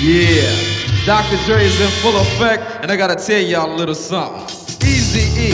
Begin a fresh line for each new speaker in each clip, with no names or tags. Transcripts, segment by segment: Yeah, Dr. Dre is in full effect, and I gotta tell y'all a little something. Easy E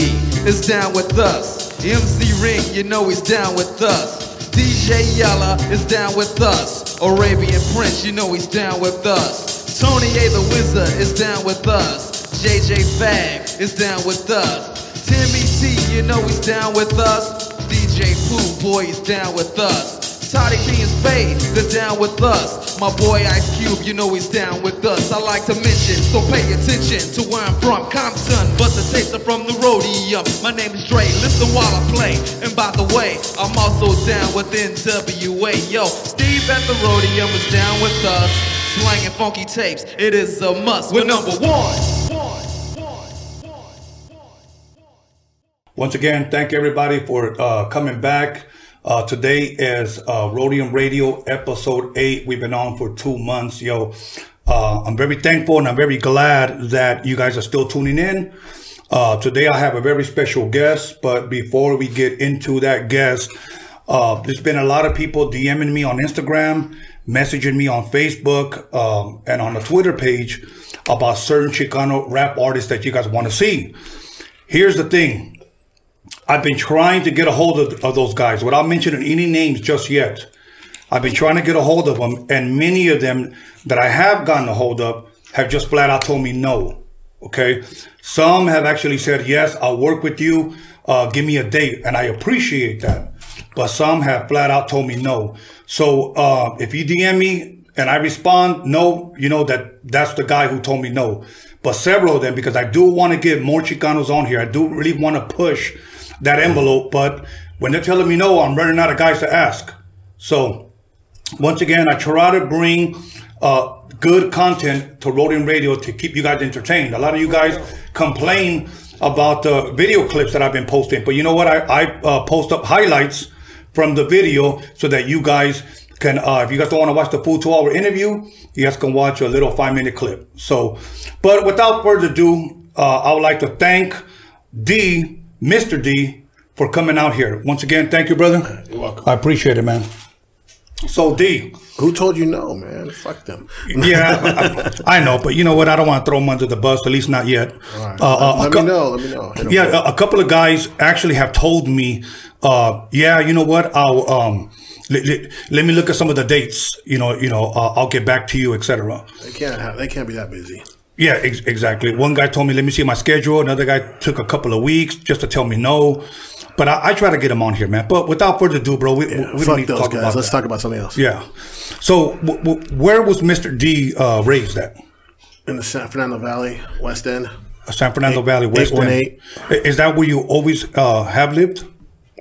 is down with us. MC Ring, you know he's down with us. DJ Yella is down with us. Arabian Prince, you know he's down with us. Tony A the Wizard is down with us. JJ Fag is down with us. Timmy T, you know he's down with us. DJ Pooh Boy is down with us. Toddy P and Spade, they're down with us. My boy Ice Cube, you know he's down with us. I like to mention, so pay attention to where I'm from, Compton. But the tapes are from the Rhodium. My name is Dre, listen while I play. And by the way, I'm also down with NWA. Yo, Steve at the Rhodium is down with us. Slanging funky tapes, it is a must. We're number one.
Once again, thank everybody for uh, coming back. Uh, today is uh, Rhodium Radio episode eight. We've been on for two months, yo. Uh, I'm very thankful and I'm very glad that you guys are still tuning in. Uh, today I have a very special guest, but before we get into that guest, uh, there's been a lot of people DMing me on Instagram, messaging me on Facebook, um, and on the Twitter page about certain Chicano rap artists that you guys want to see. Here's the thing I've been trying to get a hold of, of those guys without mentioning any names just yet. I've been trying to get a hold of them, and many of them that I have gotten a hold of have just flat out told me no. Okay. Some have actually said, yes, I'll work with you. Uh, give me a date. And I appreciate that. But some have flat out told me no. So uh, if you DM me and I respond, no, you know that that's the guy who told me no. But several of them, because I do want to get more Chicanos on here. I do really want to push that envelope. But when they're telling me no, I'm running out of guys to ask. So once again, I try to bring uh, good content to Rodian Radio to keep you guys entertained. A lot of you guys complain about the video clips that I've been posting, but you know what? I, I uh, post up highlights from the video so that you guys can, uh, if you guys don't want to watch the full two hour interview, you guys can watch a little five minute clip. So, but without further ado, uh, I would like to thank D, Mr. D, for coming out here. Once again, thank you, brother. You're welcome. I appreciate it, man. So, D,
Who told you no, man? Fuck them.
Uh, yeah, I, I know, but you know what? I don't want to throw them under the bus, at least not yet. Uh, uh,
let
a
me
cou-
know. Let me know. Hit 'em
Yeah,
up.
a, a couple of guys actually have told me, uh, yeah, you know what? I'll um, let, let, let me look at some of the dates. You know, you know, uh, I'll get back to you, etc.
they can't have. They can't be that busy.
Yeah, ex- exactly. One guy told me, let me see my schedule. Another guy took a couple of weeks just to tell me no. But I, I try to get them on here, man. But without further ado, bro, we, we- we, don't
Fuck
need to
those
talk
guys.
about
Let's
that.
talk about something else.
Yeah. So, w- w- where was Mr. D uh, raised at?
In the San Fernando Valley, West End,
San Fernando Valley, West End.
818.
I- Is that where you always uh, have lived?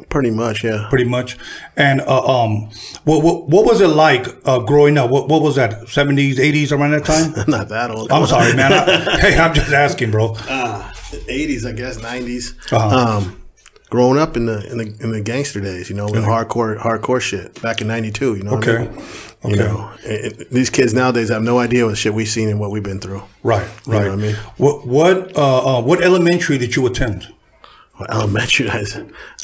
pretty much. Yeah.
pretty much. And uh, um, what, what what was it like uh, growing up? What what was that? Seventies, eighties, around that time.
I'm not that old.
I'm sorry, man. I, hey, I'm just asking, bro.
Uh, Eighties, I guess. 90s
Uh-huh.
Um, growing up in the in the in the gangster days, you know, with hardcore hardcore shit back in '92. You know. what I
Okay,
mean?
okay,
You know, it- it- these kids nowadays have no idea what shit we've seen and what we've been through.
right, right.
know what I mean?
What what uh, uh, what elementary did you attend?
Well, elementary, guys.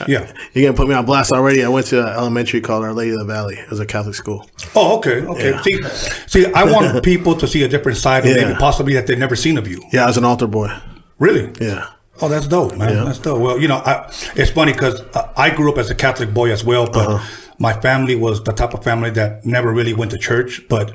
Yeah.
You're gonna put me on blast already. I went to an elementary called Our Lady of the Valley. It was a Catholic school.
Oh, okay, okay.
Yeah.
See, see, I want people to see a different side of
Yeah.
maybe possibly that they've never seen of you.
Yeah, I was an altar boy.
Really?
Yeah.
Oh, that's dope, man.
Yeah.
That's dope. Well, you know, I, it's funny because I grew up as a Catholic boy as well, but
Uh-huh.
my family was the type of family that never really went to church, but,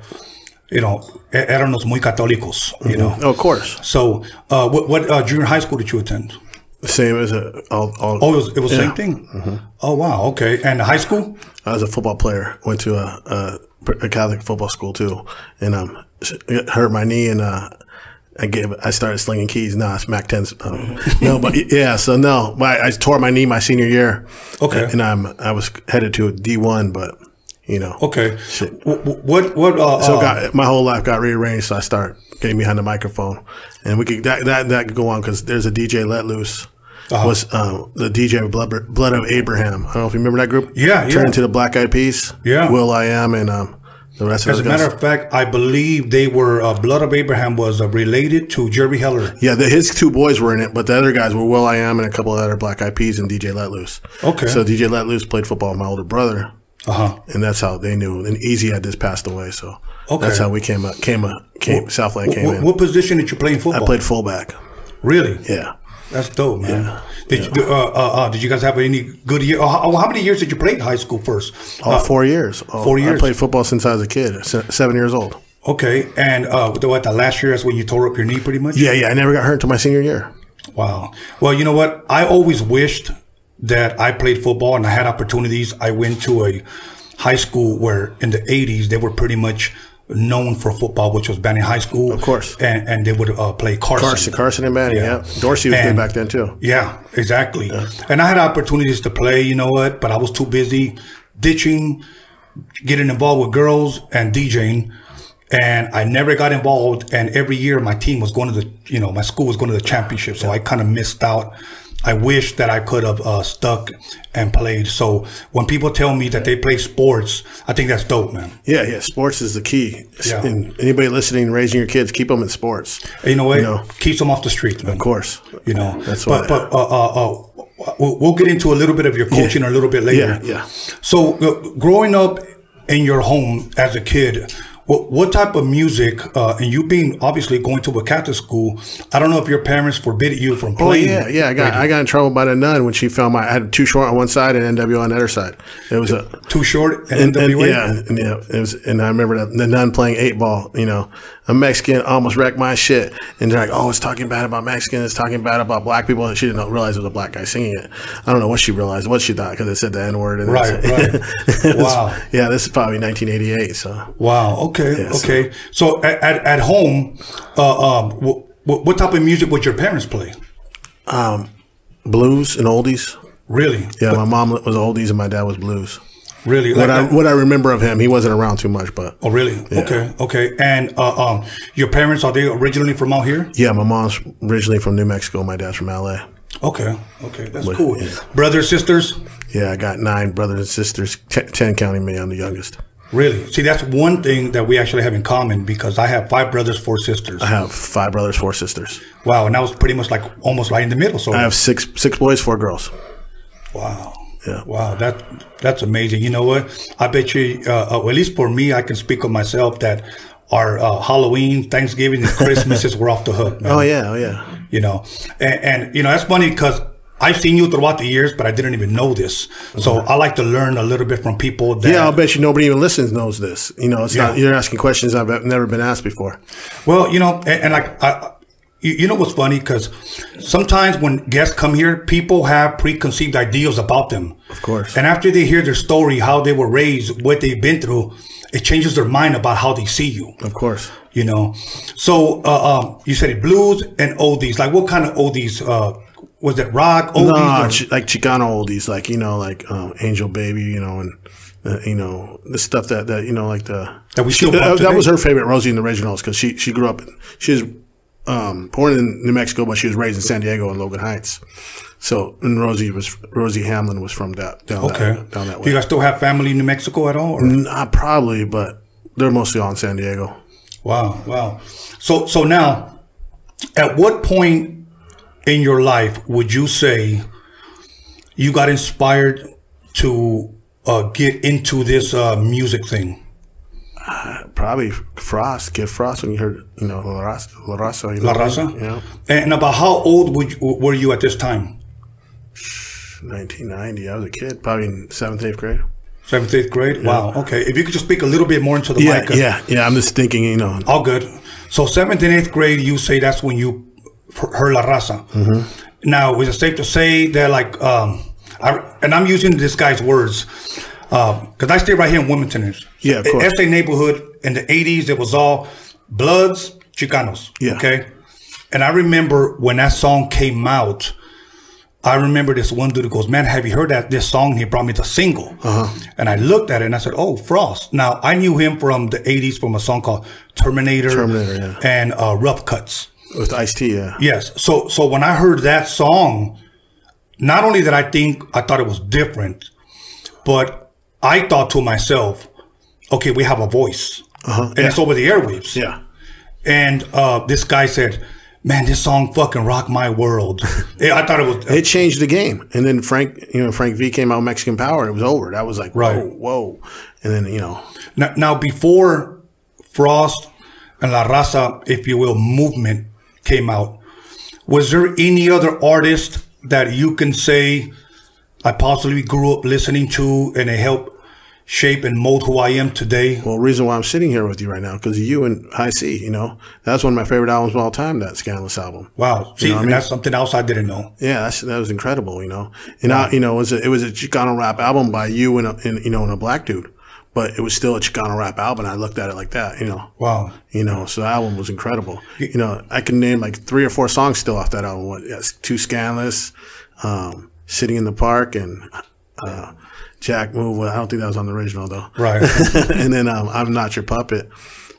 you know, e- éramos muy católicos, you know.
Oh, of course.
So, uh, what, what uh, junior high school did you attend?
Same as a all, all,
Oh, it was, it was
Yeah. Mm-hmm.
same thing? Oh, wow. Okay. And high school?
I was a football player. Went to a, a, a Catholic football school too, and um, it hurt my knee and uh, I gave I started slinging keys. Nah, it's Mac tens. Um, no, but yeah, so no, my, I tore my knee my senior year.
Okay.
and I'm I was headed to D one, but you know,
Okay.
Shit.
Wh- wh- What, what, uh,
So
uh,
got, my whole life got rearranged. So I start getting behind the microphone, and we could that that, that could go on because there's a DJ Let Loose.
Uh-huh.
Was um, the DJ of Blood, Blood of Abraham? I don't know if you remember that group.
Yeah, yeah.
Turned into the Black Eyed Peas.
Yeah.
Will I Am and um, the rest
as a
of those
matter
guys.
of fact, I believe they were, uh, Blood of Abraham was uh, related to Jerry Heller.
yeah, the, his two boys were in it, but the other guys were Will I Am and a couple of other Black Eyed Peas and DJ Let Loose.
Okay.
So DJ Let Loose played football with my older brother,
Uh huh.
and that's how they knew. And Easy had just passed away, so
Okay.
that's how we came up, came up, came Southland came
What,
in.
what position did you play in football?
I played fullback.
Really?
Yeah,
That's dope, man. Did you uh, uh, uh, did you guys have any good year? uh, How, how many years did you play in high school first?
all
Uh,
four years. All-
four years.
I played football since I was a kid, se- seven years old.
Okay, and uh, the- what the last year is when you tore up your knee, pretty much.
Yeah, yeah. I never got hurt until my senior year.
Wow. Well, you know what? I always wished that I played football and I had opportunities. I went to a high school where in the 80s they were pretty much known for football, which was Banning High School. Of
course.
And, and they would uh, play Carson.
Carson, Carson, and Manning.
Yeah.
Yeah, Dorsey was
And-
good back then too.
Yeah, exactly. And I had opportunities to play, you know what, but I was too busy ditching, getting involved with girls and DJing. And I never got involved. And every year my team was going to the, you know, my school was going to the championship. So I kind of missed out. I wish that I could have uh, stuck and played. So when people tell me that they play sports, I think that's dope, man.
Yeah, yeah. Sports is the key.
Yeah.
And anybody listening, raising your kids, keep them in sports. Of
You know what?
You know.
Keeps them off the street, man. Of
course.
You know,
That's
but,
why-
But uh, uh, uh, we'll, we'll get into a little bit of your coaching a little bit later.
Yeah, yeah.
So, uh, growing up in your home as a kid, what, what type of music, uh, and you being obviously going to a Catholic school, I don't know if your parents forbid you from
Oh
playing.
yeah, yeah. I got I got in trouble by the nun when she found my I had too short on one side and NWO on the other side. It was a
Too short
and,
and,
and-
NWA?
yeah, and, yeah, it was, and I remember that, the nun playing eight ball. You know, a Mexican almost wrecked my shit, and they're like, "Oh, it's talking bad about Mexicans, it's talking bad about black people." And she didn't know- realize it was a black guy singing it. I don't know what she realized, what she thought, because it said the N word.
Right, right. Wow.
Yeah, this is probably 1988. So
Wow. Okay. okay. So, at, at, at home, uh, um, w- what type of music would your parents play?
um, blues and oldies.
Really?
Yeah, my mom was oldies and my dad was blues.
Really?
What
Like
I
that-
what I remember of him, he wasn't around too much, but
Oh, really? Okay, okay. And uh, um, your parents are they originally from out here?
yeah, my mom's originally from New Mexico, my dad's from LA.
Okay, okay, that's
But-
cool.
yeah.
Brothers, sisters,
Yeah, I got nine brothers and sisters, te- ten counting me. I'm the youngest.
really? See, that's one thing that we actually have in common because I have five brothers, four sisters.
I have five brothers, four sisters.
Wow, and I was pretty much like almost right in the middle. So
I have six six boys, four girls.
wow.
Yeah.
Wow, that that's amazing. You know what? I bet you, uh, uh, well, at least for me, I can speak of myself that our uh, Halloween, Thanksgiving, and Christmases were off the hook. Man.
Oh yeah, oh yeah.
you know and, and you know that's funny because i've seen you throughout the years but i didn't even know this so i like to learn a little bit from people that
Uh-huh. Yeah, I'll bet you nobody even listens knows this. You know, it's not
Yeah.
you're asking questions I've never been asked before.
well you know and, and like i you you know what's funny? Because sometimes when guests come here, people have preconceived ideas about them. Of
course.
And after they hear their story, how they were raised, what they've been through, it changes their mind about how they see you.
Of course.
You know. So uh, um, you said blues and oldies. Like what kind of oldies? Uh, was it rock? Oldies?
Nah,
or-
ch- like Chicano oldies, like you know, like um, Angel Baby, you know, and uh, you know the stuff that that you know, like the
That we
She-
still
that,
bump
that
today.
was her favorite, Rosie and the Originals, because she she grew up, she was um, born in New Mexico, but she was raised in San Diego and Logan Heights. So and Rosie was Rosie Hamlin was from that down
Okay.
that, down that
Do
way.
you guys still have family in New Mexico at all? Or?
Not probably, but they're mostly all in San Diego.
Wow, wow. So so now, at what point in your life would you say you got inspired to uh, get into this uh, music thing?
Probably Frost, Kid Frost, when you heard you know La Raza, La Raza, you know,
La Raza?
yeah,
And about how old would you, were you at this time?
1990. I was a kid, probably in seventh, eighth grade.
Seventh, eighth grade? Wow. Okay. If you could just speak a little bit more into the
Yeah,
mic. uh,
yeah, yeah. I'm just thinking, you know,
All good. So seventh and eighth grade, you say that's when you f- heard La Raza.
Mm-hmm.
Now, is it safe to say that like, um, I, and I'm using this guy's words, because I stay right here in Wilmington.
Yeah, of course.
SA neighborhood in the '80s, it was all Bloods, Chicanos.
Yeah.
Okay. And I remember when that song came out. I remember this one dude goes, "Man, have you heard that this song?" He brought me the single,
Uh-huh.
and I looked at it and I said, "Oh, Frost." Now I knew him from the '80s from a song called Terminator,
Terminator, yeah.
and uh, Rough Cuts.
with Ice T, yeah.
Yes. So so when I heard that song, not only did I think I thought it was different, but I thought to myself, "Okay, we have a voice, and it's over the airwaves."
Uh-huh. Yeah.
And uh, this guy said. Man, this song fucking rocked my world. I thought it was
It changed the game. And then Frank, you know, Frank V came out with Mexican Power and it was over. That was like,
Right.
whoa, whoa. And then, you know,
Now, now before Frost, and La Raza, if you will, movement came out. Was there any other artist that you can say I possibly grew up listening to and it helped shape and mold who I am today?
Well, reason why I'm sitting here with you right now because you and High C, you know, that's one of my favorite albums of all time. That Scandalous album.
Wow. See,
what I
and
mean?
that's something else I didn't know.
Yeah, that's, that was incredible. You know, and I, you know, it was a, it was a Chicano rap album by you and, a, and you know and a black dude, but it was still a Chicano rap album. I looked at it like that. You know,
Wow.
you know, so the album was incredible. You know, I can name like three or four songs still off that album. What, yes, Too Scandalous, um, Sitting in the Park, and uh, Jack Move. Well, I don't think that was on the original though.
Right.
and then um, I'm Not Your Puppet.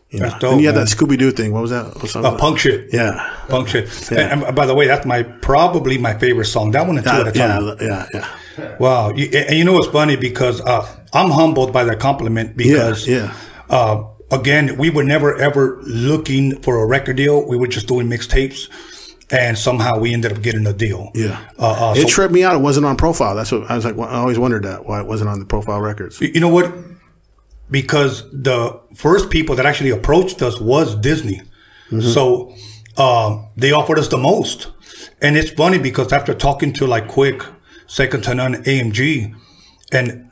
You know,
That's dope,
and you had
man.
that Scooby Doo thing. What was that? What song
Uh,
was that?
punk shit.
Yeah.
Punk shit. And, and by the way, that's my probably my favorite song. That one and two at a
Yeah,
time.
yeah, yeah, yeah.
Wow. You, and and you know what's funny because uh, I'm humbled by that compliment because,
yeah.
Uh, again, we were never ever looking for a record deal. We were just doing mixtapes, and somehow we ended up getting a deal.
Yeah.
Uh, uh,
it
so-
tripped me out. It wasn't on profile. That's what I was like. Well, I always wondered that why it wasn't on the profile records.
You know what? Because the first people that actually approached us was Disney. So um, they offered us the most. And it's funny because after talking to like Quick, Second to None, AMG, and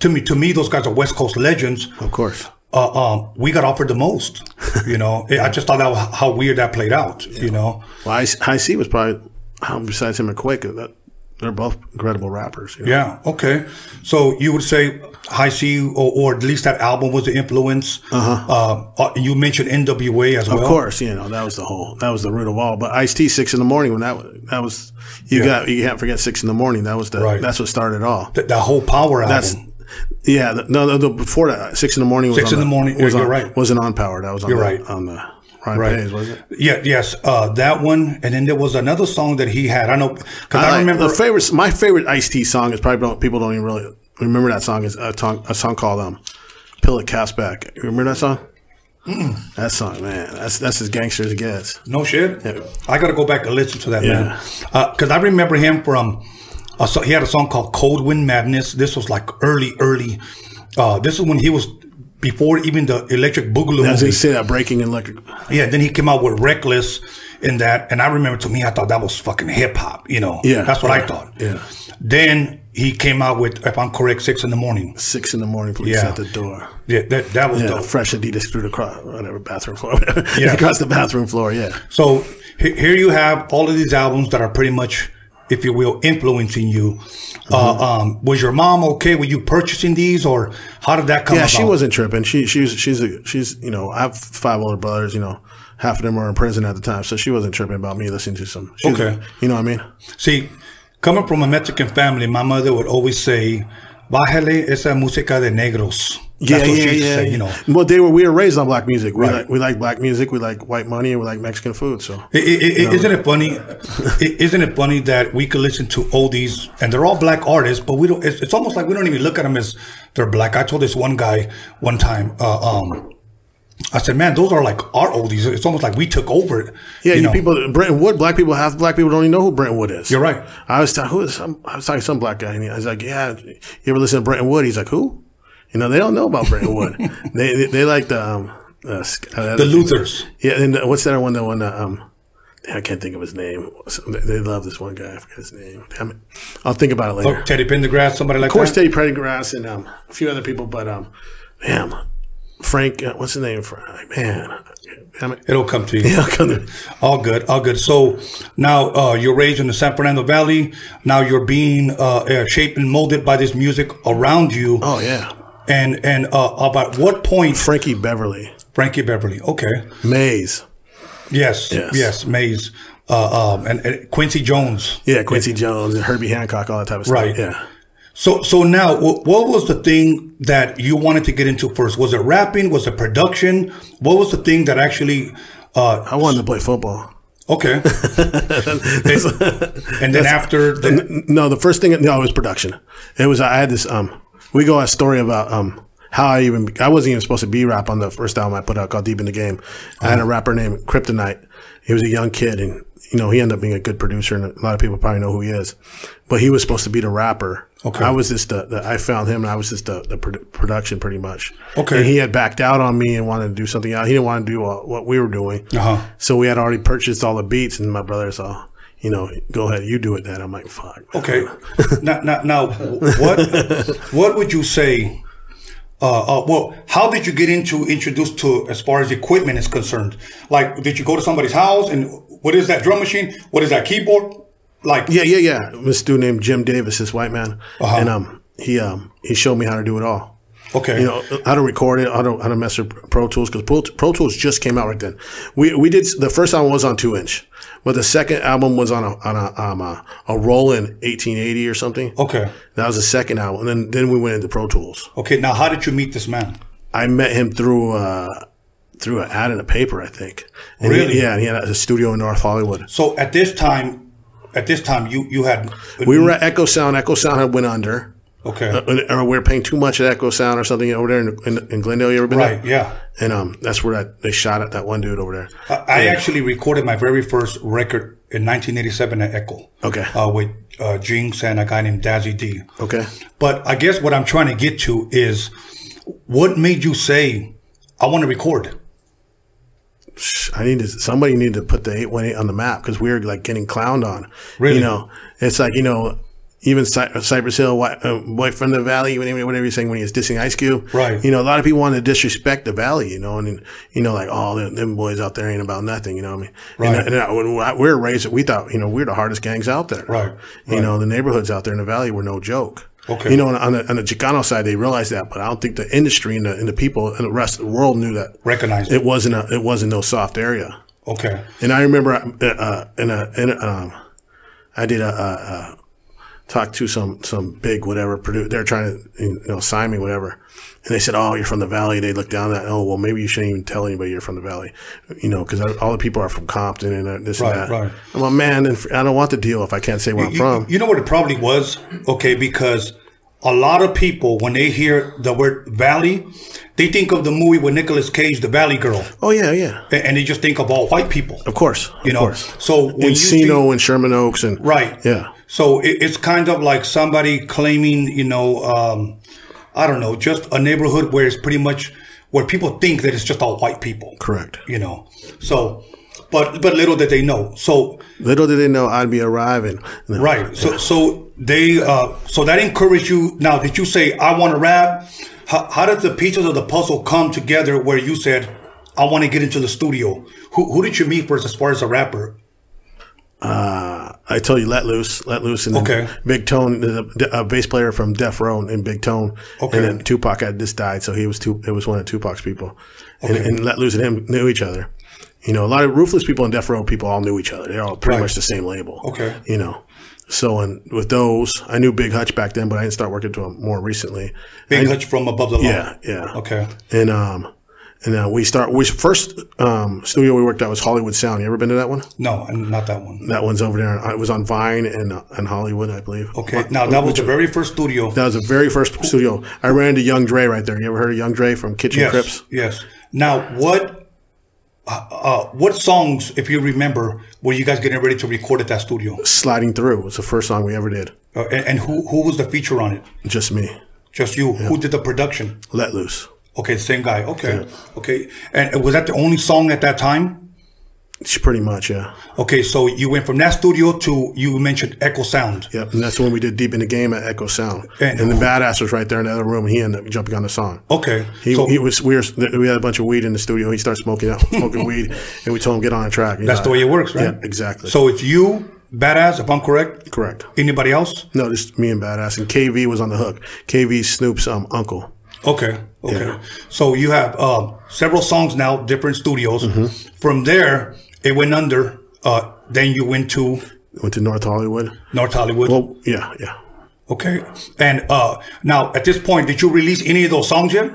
to me, to me, those guys are West Coast legends.
Of course.
Uh, um, we got offered the most. You know, I just thought that was how weird that played out. You know,
Well, I, I see was probably um, besides him and Quake. That, they're both incredible rappers. you know?
yeah, okay. So you would say High C, or, or at least that album was the influence. Uh-huh. you mentioned NWA as well.
Of course, you know that was the whole that was the root of all. But Ice T six in the morning when that wa- that was you
Yeah.
got you can't forget six in the morning. That was the
Right.
that's what started it all.
Th- that whole power album.
That's yeah. The, no, no, no, before that six in the morning. Was
Six
on
in the morning,
Was
yeah,
on,
you're right.
Wasn't on power. That was on
You're
the,
right.
on the Ryan
Right.
Pace, was it?
yeah, yes, uh, that one, and then there was another song that he had. I know because I,
like-
remember.
Ah, the favorite. My favorite Ice T song is probably don't, people don't even really remember that song. Is a, song a song called um, "Pill It Cast Back." You remember that song? That song, man. That's that's as gangster as it gets.
no shit, I got to go back and listen to that
Yeah.
man because I remember him from. Uh, so he had a song called "Cold Wind Madness." This was like early, early. Uh, this is when he was before even the Electric Boogaloo.
As
movie.
they say, that breaking and electric.
Yeah, then he came out with Reckless in that, and I remember to me, I thought that was fucking hip hop. You know,
Yeah,
that's what I
yeah,
thought.
yeah.
Then he came out with, if I'm correct, six in the morning.
Six in the morning, police
Yeah.
at the door.
Yeah, that that was
Yeah,
dope.
fresh Adidas through the cross, whatever bathroom floor, whatever.
Yeah.
across the bathroom floor. Yeah,
So he- here you have all of these albums that are pretty much, if you will, influencing you.
Mm-hmm.
Uh, um, was your mom okay with you purchasing these, or how did that come?
yeah. She
about?
wasn't tripping. She she's she's a, she's you know I have five older brothers. You know half of them were in prison at the time, so she wasn't tripping about me listening to some. she was-
Okay.
you know what I mean.
See, coming from a Mexican family, my mother would always say, "Bájale esa música de negros."
Yeah,
That's what
yeah,
she used to
yeah.
say, you know.
Well, they were we were raised on black music. We
Right.
like we like black music. We like white money, and we like Mexican food. So
I- I- I- Isn't it funny? i- Isn't it funny that we could listen to oldies and they're all black artists, but we don't. It's, it's almost like we don't even look at them as they're black. I told this one guy one time. Uh, um, I said, "Man, those are like our oldies. It's almost like we took over." it,"
yeah, you,
know.
people Brent Wood, black people, half black people don't even know who Brent Wood is.
You're right.
I was talking who is some, I was talking to some black guy, and he, I was like, yeah, you ever listen to Brent Wood? He's like, who? You know, they don't know about Brent Wood. they, they they like the um uh, sc- uh,
the Luthers.
Yeah, and uh, what's that one? The one uh, um. I can't think of his name. So They they love this one guy. I forget his name. Damn it. I'll think about it later.
Oh, Teddy Pendergrass, somebody like
Of course,
that.
Teddy Pendergrass and um, a few other people, but um, damn, Frank, uh, what's his name? Frank, man, damn it.
It'll come to you.
Yeah, come to-
All good, all good. So now uh, you're raised in the San Fernando Valley. Now you're being uh, uh, shaped and molded by this music around you.
Oh yeah,
And and uh, about what point
Frankie Beverly,
Frankie Beverly. Okay.
Mays,
Yes. Yes.
Yes.
Mays. Uh, um, and, and Quincy Jones.
yeah, Quincy Jones, and Herbie Hancock, all that type of stuff.
Right.
Yeah.
So so now, wh- what was the thing that you wanted to get into first? Was it rapping? Was it production? What was the thing that actually? Uh,
I wanted to play football.
okay. and then after the,
N- No, the first thing, no, it was production. It was I had this um, we go a story about um how I even I wasn't even supposed to be rap on the first album I put out called Deep in the Game. I had a rapper named Kryptonite. He was a young kid, and you know he ended up being a good producer, and a lot of people probably know who he is. But he was supposed to be the rapper.
Okay.
I was just the, the I found him, and I was just the, the produ- production pretty much.
Okay.
And he had backed out on me and wanted to do something else. He didn't want to do uh, what we were doing.
Uh-huh.
So we had already purchased all the beats, and my brother's all, you know, go ahead, you do it. Then I'm like, fuck.
Okay. now, now, now, what what would you say? Uh, uh, well, how did you get into introduced to as far as equipment is concerned? Like, did you go to somebody's house and what is that drum machine? What is that keyboard? Like,
Yeah, yeah, yeah. This dude named Jim Davis, this white man,
Uh-huh.
and um, he um, he showed me how to do it all.
okay,
You know how to record it, how to how to mess with Pro Tools because Pro, Pro Tools just came out right then. We we did the first album was on two inch, but the second album was on a on a um a, a Roland eighteen eighty or something.
okay,
That was the second album, and then then we went into Pro Tools.
okay. Now, how did you meet this man?
I met him through uh, through an ad in a paper, I think. And he-
Really?
yeah, and he had a studio in North Hollywood.
So at this time, at this time, you you had
We were at Echo Sound. Echo Sound had went under.
okay,
Uh, or we were paying too much at Echo Sound or something over there in, in, in Glendale. You ever been
right?
there?
Yeah,
And um, that's where that, they shot at that one dude over there.
I, I actually recorded my very first record in 1987 at Echo.
Okay.
uh, with uh, Jinx and a guy named Dazzy D.
okay.
But I guess what I'm trying to get to is what made you say, I want to record?
I need to, somebody needed to put the 818 on the map because we were like getting clowned on.
Really?
You know, it's like, you know, even Cy- Cypress Hill, Wi- uh, Boy from the Valley, whatever whatever you're saying when he was dissing Ice Cube.
Right.
You know, a lot of people want to disrespect the Valley, you know, and, you know, like, oh, them, them boys out there ain't about nothing, you know what I mean?
Right.
And, and I, when I- we were raised, we thought, you know, we're the hardest gangs out there.
Right,
You know, the neighborhoods out there in the Valley were no joke.
Okay.
You know, on, on, the, on the Chicano side, they realized that, but I don't think the industry and the, and the people and the rest of the world knew that.
Recognize it.
It wasn't a, it wasn't no soft area.
Okay.
And I remember uh, uh, in a, in a, um, I did a, a, a talk to some some big whatever produ They're trying to you know sign me whatever, and they said, "Oh, you're from the valley." They looked down at, "Oh, well, maybe you shouldn't even tell anybody you're from the valley," you know, because all the people are from Compton and uh, this
Right,
and that.
right.
I'm a man, and I don't want the deal if I can't say where I'm
You-
from.
You know what it probably was? Okay, because a lot of people, when they hear the word Valley, they think of the movie with Nicolas Cage, The Valley Girl,
oh yeah, yeah,
a- and they just think of all white people.
of course,
You
of
know,
course.
so when you
Encino
think-
and Sherman Oaks and
Right.
yeah.
So it, it's kind of like somebody claiming, you know, um, I don't know, just a neighborhood where it's pretty much where people think that it's just all white people.
Correct.
You know, so, but but little did they know. So
Little did they know I'd be arriving.
right. So so they uh, so that encouraged you. Now, did you say I want to rap? How, how did the pieces of the puzzle come together? Where you said I want to get into the studio. Who who did you meet first as far as a rapper?
Uh, I tell you, let loose, let loose, and then
Okay.
Big Tone, the, a bass player from Def Row and Big Tone,
Okay.
and then Tupac had just died, so he was two. It was one of Tupac's people, and, and let loose and him knew each other. You know, a lot of ruthless people and Def Row people all knew each other. They're all pretty
Right.
much the same label.
Okay.
you know. So and with those, I knew Big Hutch back then, but I didn't start working to him more recently.
Big Hutch from above the law.
Yeah, yeah.
Oh. Okay.
And um, and uh, we start. We first um studio we worked at was Hollywood Sound. You ever been to that one?
No, not that one.
That one's over there. It was on Vine and uh, in Hollywood, I believe.
Okay. Now that was the very first studio.
That was the very first studio. I ran into Young Dre right there. You ever heard of Young Dre from Kitchen
yes.
Crips?
Yes. Now what? Uh, what songs, if you remember, were you guys getting ready to record at that studio?
Sliding Through was the first song we ever did.
Uh, and and who, who was the feature on it?
Just me.
Just you. Who did the production?
Let Loose.
Okay, same guy. Okay, okay. And was that the only song at that time?
It's pretty much, yeah.
Okay, so you went from that studio to you mentioned Echo Sound.
Yep. And that's when we did Deep in the Game at Echo Sound.
And-
And, the badass was right there in the other room and he ended up jumping on the song.
Okay,
He,
so
he was we, were, we had a bunch of weed in the studio. He started smoking out, smoking weed, and we told him get on a track. He's
that's
like,
the way it works, right?
Yeah, exactly.
So it's you, badass, if I'm correct.
correct.
Anybody else?
No, just me and badass. And KV was on the hook. KV Snoop's um, uncle.
Okay, okay.
Yeah.
So you have um, several songs now, different studios.
Mm-hmm.
From there, it went under. Uh, then you went to
went to North Hollywood.
North Hollywood.
Well, yeah, yeah.
okay, and uh, now at this point, did you release any of those songs yet?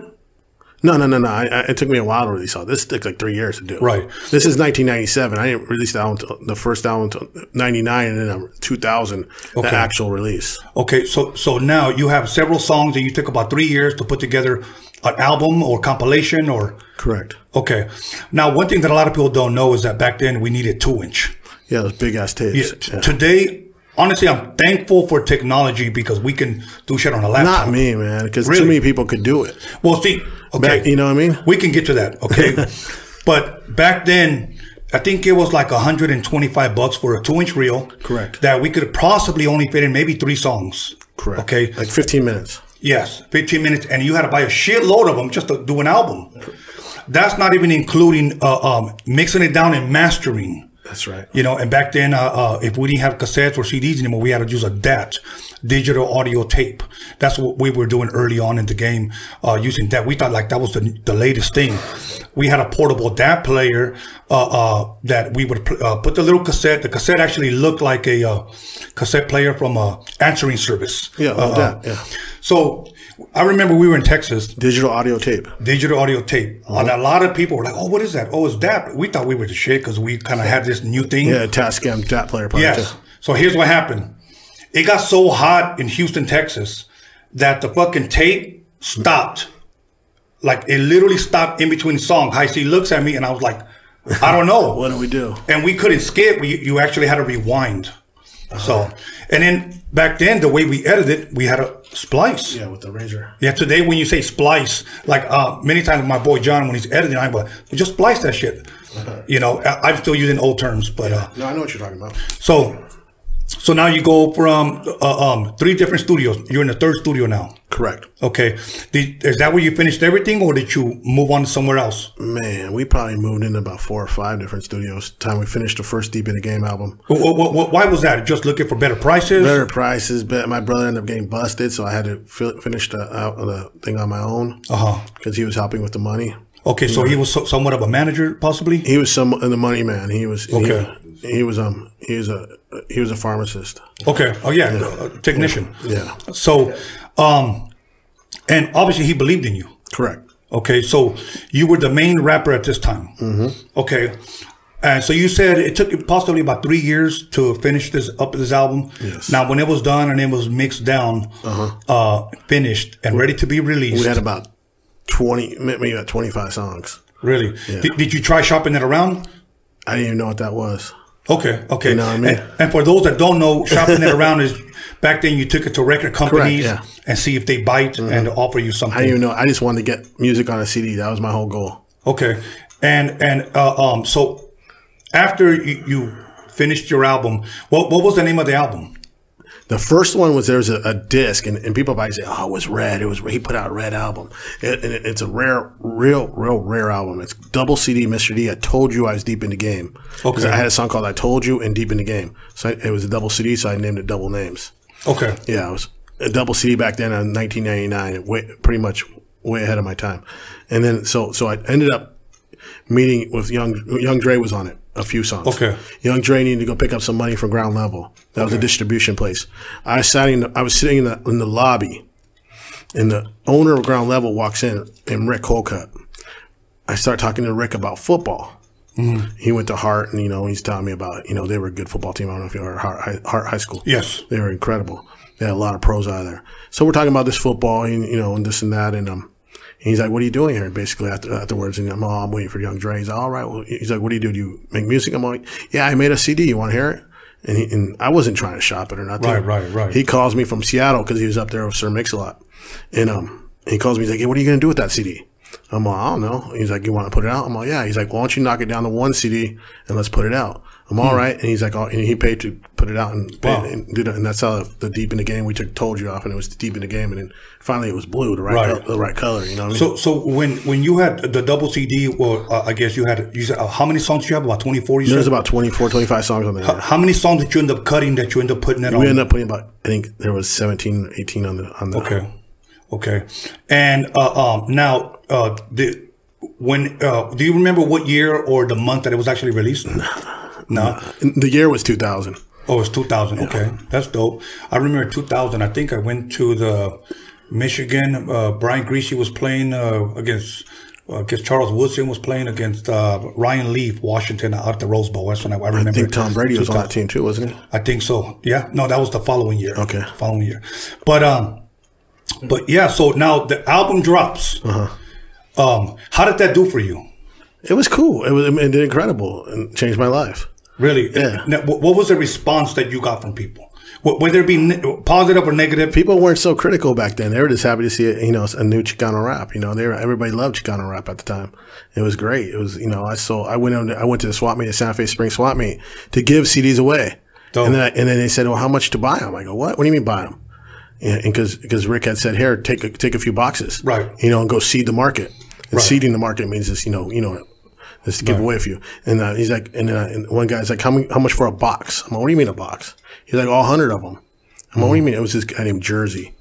No, no, no, no. I, I, it took me a while to release all this. Took like three years to do.
Right.
This is 1997. I didn't release the album till, the first album until 99, and then um, 2000,
Okay.
the actual release.
Okay, so so now you have several songs, and you took about three years to put together an album or compilation or?
Correct.
Okay. Now, one thing that a lot of people don't know is that back then we needed two inch.
Yeah, those big ass tapes.
Yeah. t- Today, honestly, I'm thankful for technology because we can do shit on a laptop.
Not me, man, because
Really?
too many people could do it.
Well, see, okay,
Back, you know what I mean?
we can get to that, okay? but back then, I think it was like 125 bucks for a two-inch reel.
Correct.
That we could possibly only fit in maybe three songs.
Correct.
Okay.
Like 15 minutes.
Yes, 15 minutes, and you had to buy a shitload of them just to do an album. That's not even including uh, um, mixing it down and mastering.
That's right.
You know, and back then, uh, uh, if we didn't have cassettes or CDs anymore, we had to use a DAT, digital audio tape. That's what we were doing early on in the game, uh, using that. We thought like that was the, the latest thing. We had a portable DAT player uh, uh, that we would pl- uh, put the little cassette. The cassette actually looked like a uh, cassette player from a answering service.
Yeah,
Uh,
like that,
uh,
yeah.
So I remember we were in Texas,
Digital audio tape.
digital audio tape,
Mm-hmm.
and a lot of people were like, "Oh, what is that? Oh, it's DAT." We thought we were the shit because we kind of had this new thing.
Yeah, Tascam, that player. Part
Yes. So here's what happened. It got so hot in Houston, Texas, that the fucking tape stopped. Like it literally stopped in between songs. Heisey looks at me and I was like, I don't know.
What do we do?
And we couldn't skip. We, you actually had to rewind. So, and then back then, the way we edited, we had to splice.
Yeah, with the razor.
Yeah, today when you say splice, like uh, many times my boy John, when he's editing, I'm like, just splice that shit.
Uh-huh.
You know, I, I'm still using old terms, but uh,
No, I know what you're talking about.
so, so now you go from uh, um, three different studios. You're in the third studio now.
Correct.
Okay, did, is that where you finished everything, or did you move on somewhere else?
Man, we probably moved into about four or five different studios. Time we finished the first Deep in the Game album.
Wh- wh- wh- Why was that? Just looking for better prices.
Better prices, but my brother ended up getting busted, so I had to fi- finish the, out the thing on my own
Uh-huh.
because he was helping with the money.
Okay, so he was so, somewhat of a manager, possibly.
He was some uh, the money man. He was he-
Okay.
He, was um he was a he was a pharmacist.
Okay. Oh yeah, uh, technician.
Yeah,
So, um, and obviously he believed in you.
correct.
Okay, so you were the main rapper at this time. Mm-hmm. Okay, and so you said it took you possibly about three years to finish this up this album.
Yes. Uh-huh.
Now, when it was done and it was mixed down, uh finished and ready to be released,
We had about twenty, maybe about twenty five songs.
really, did, did you try shopping it around?
I didn't even know what that was.
Okay, okay.
know what I mean?
and, and for those that don't know, shopping it around is back then you took it to record companies
yeah. Mm-hmm.
and see if they bite and offer you
I didn't
something.
even know. I just wanted to get music on a CD. That was my whole goal.
Okay, and and uh, um, so after you, you finished your album, what what was the name of the album?
The first one was there's a, a disc, and, and people probably say, "Oh, it was Red. It was he put out a Red album." It, and it- it's a rare, real, real rare album. It's double CD, Mr. D. I told you I was deep in the game. 'Cause
Okay.
I had a song called "I Told You" and "Deep in the Game." So I, it was a double CD, so I named it double names.
Okay,
Yeah, it was a double CD back then in 1999. Way, pretty much way ahead of my time. And then so so I ended up meeting with young young Dre was on it a few songs.
Okay.
Young Dre needed to go pick up some money from Ground Level. That was a distribution place. I sat in. I was sitting in the in the lobby, and the owner of Ground Level walks in, and Rick Holcutt. I start talking to Rick about football.
Mm-hmm.
He went to Hart, and you know he's telling me about you know they were a good football team. I don't know if you heard Hart, High- Hart High School.
Yes.
they were incredible. They had a lot of pros out of there. So we're talking about this football, and you know, and this and that, and um, and he's like, "What are you doing here?" Basically, after, afterwards, and I'm, "Oh, I'm waiting for Young Dre." He's like, "All right." Well, he's like, "What do you do? Do you make music?" I'm like, "Yeah, I made a CD. You want to hear it?" And, he, and I wasn't trying to shop it or nothing.
Right, right, right.
He calls me from Seattle because he was up there with Sir Mix-a-Lot, and um, he calls me. He's like, "Hey, what are you gonna do with that CD?" I'm like, "I don't know." He's like, "You want to put it out?" I'm like, "Yeah." He's like, "Why don't you knock it down to one CD and let's put it out?" I'm all right, and he's like, oh, and he paid to put it out and,
Hmm. Wow.
and do that, and that's how the deep in the game we took told you off, and it was deep in the game, and then finally it was blue, the right,
Right.
col- the right color, you know. What I
so
mean?
so when when you had the double CD, well, uh, I guess you had you said uh, how many songs did you have? About twenty four. You
There's
said.
about 24, 25 songs on there.
how many songs did you end up cutting that you end up putting it
We
on?
ended up putting about, I think there was 17, 18 on the on the.
okay, okay. And uh, um, now uh, the when uh, do you remember what year or the month that it was actually released? No.
The year was 2000.
Oh, it's 2000. Okay, that's dope. I remember 2000. I think I went to the Michigan. Uh, Brian Greasy was playing uh, against. Uh, I guess Charles Woodson was playing against uh, Ryan Leaf, Washington, out at the Rose Bowl. That's when I, I remember.
I think Tom Brady was on that team too, wasn't he?
I think so. Yeah. No, that was the following year.
Okay.
Following year, but um, But yeah, so now the album drops.
Uh-huh.
Um, how did that do for you?
It was cool. It was it did incredible and changed my life.
Really?
Yeah.
Now, wh- what was the response that you got from people? Wh- Whether it be ne- positive or negative,
People weren't so critical back then. They were just happy to see it. You know, a new Chicano rap. You know, they were, everybody loved Chicano rap at the time. It was great. It was you know I saw I went on I went to the swap meet the Santa Fe Spring swap meet to give CDs away.
Dope.
And then I, and then they said, well, how much to buy them? I go, what? What do you mean buy them? And because because Rick had said, here, take a, take a few boxes,
Right.
You know, and go seed the market. And
Right.
seeding the market means this, you know, you know, this to give away a few. And uh, he's like, and, uh, and one guy's like, how, many, how much for a box? I'm like, what do you mean a box? He's like, all hundred of them.
Mm-hmm.
I'm like, what do you mean? It was this guy named Jersey.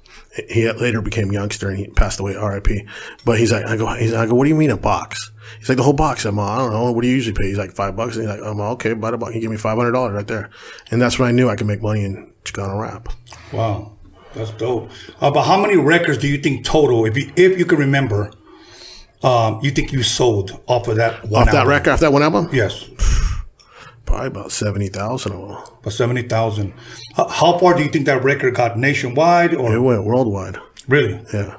He had- later became youngster and he passed away, R.I.P. But he's like, I go, he's, I go, what do you mean a box? He's like, the whole box. I'm like, I don't know. What do you usually pay? He's like, five bucks. And he's like, I'm like, okay, buy the box. He gave me five hundred dollars right there, and that's when I knew I could make money in Chicano rap.
Wow, that's dope. Uh, but how many records do you think total, if you if you can remember, um, you think you sold off of that one?
Off that
album?
record, off that one album,
Yes,
probably about seventy thousand of them.
about seventy thousand. How, how far do you think that record got nationwide? Or
It went worldwide.
really?
Yeah,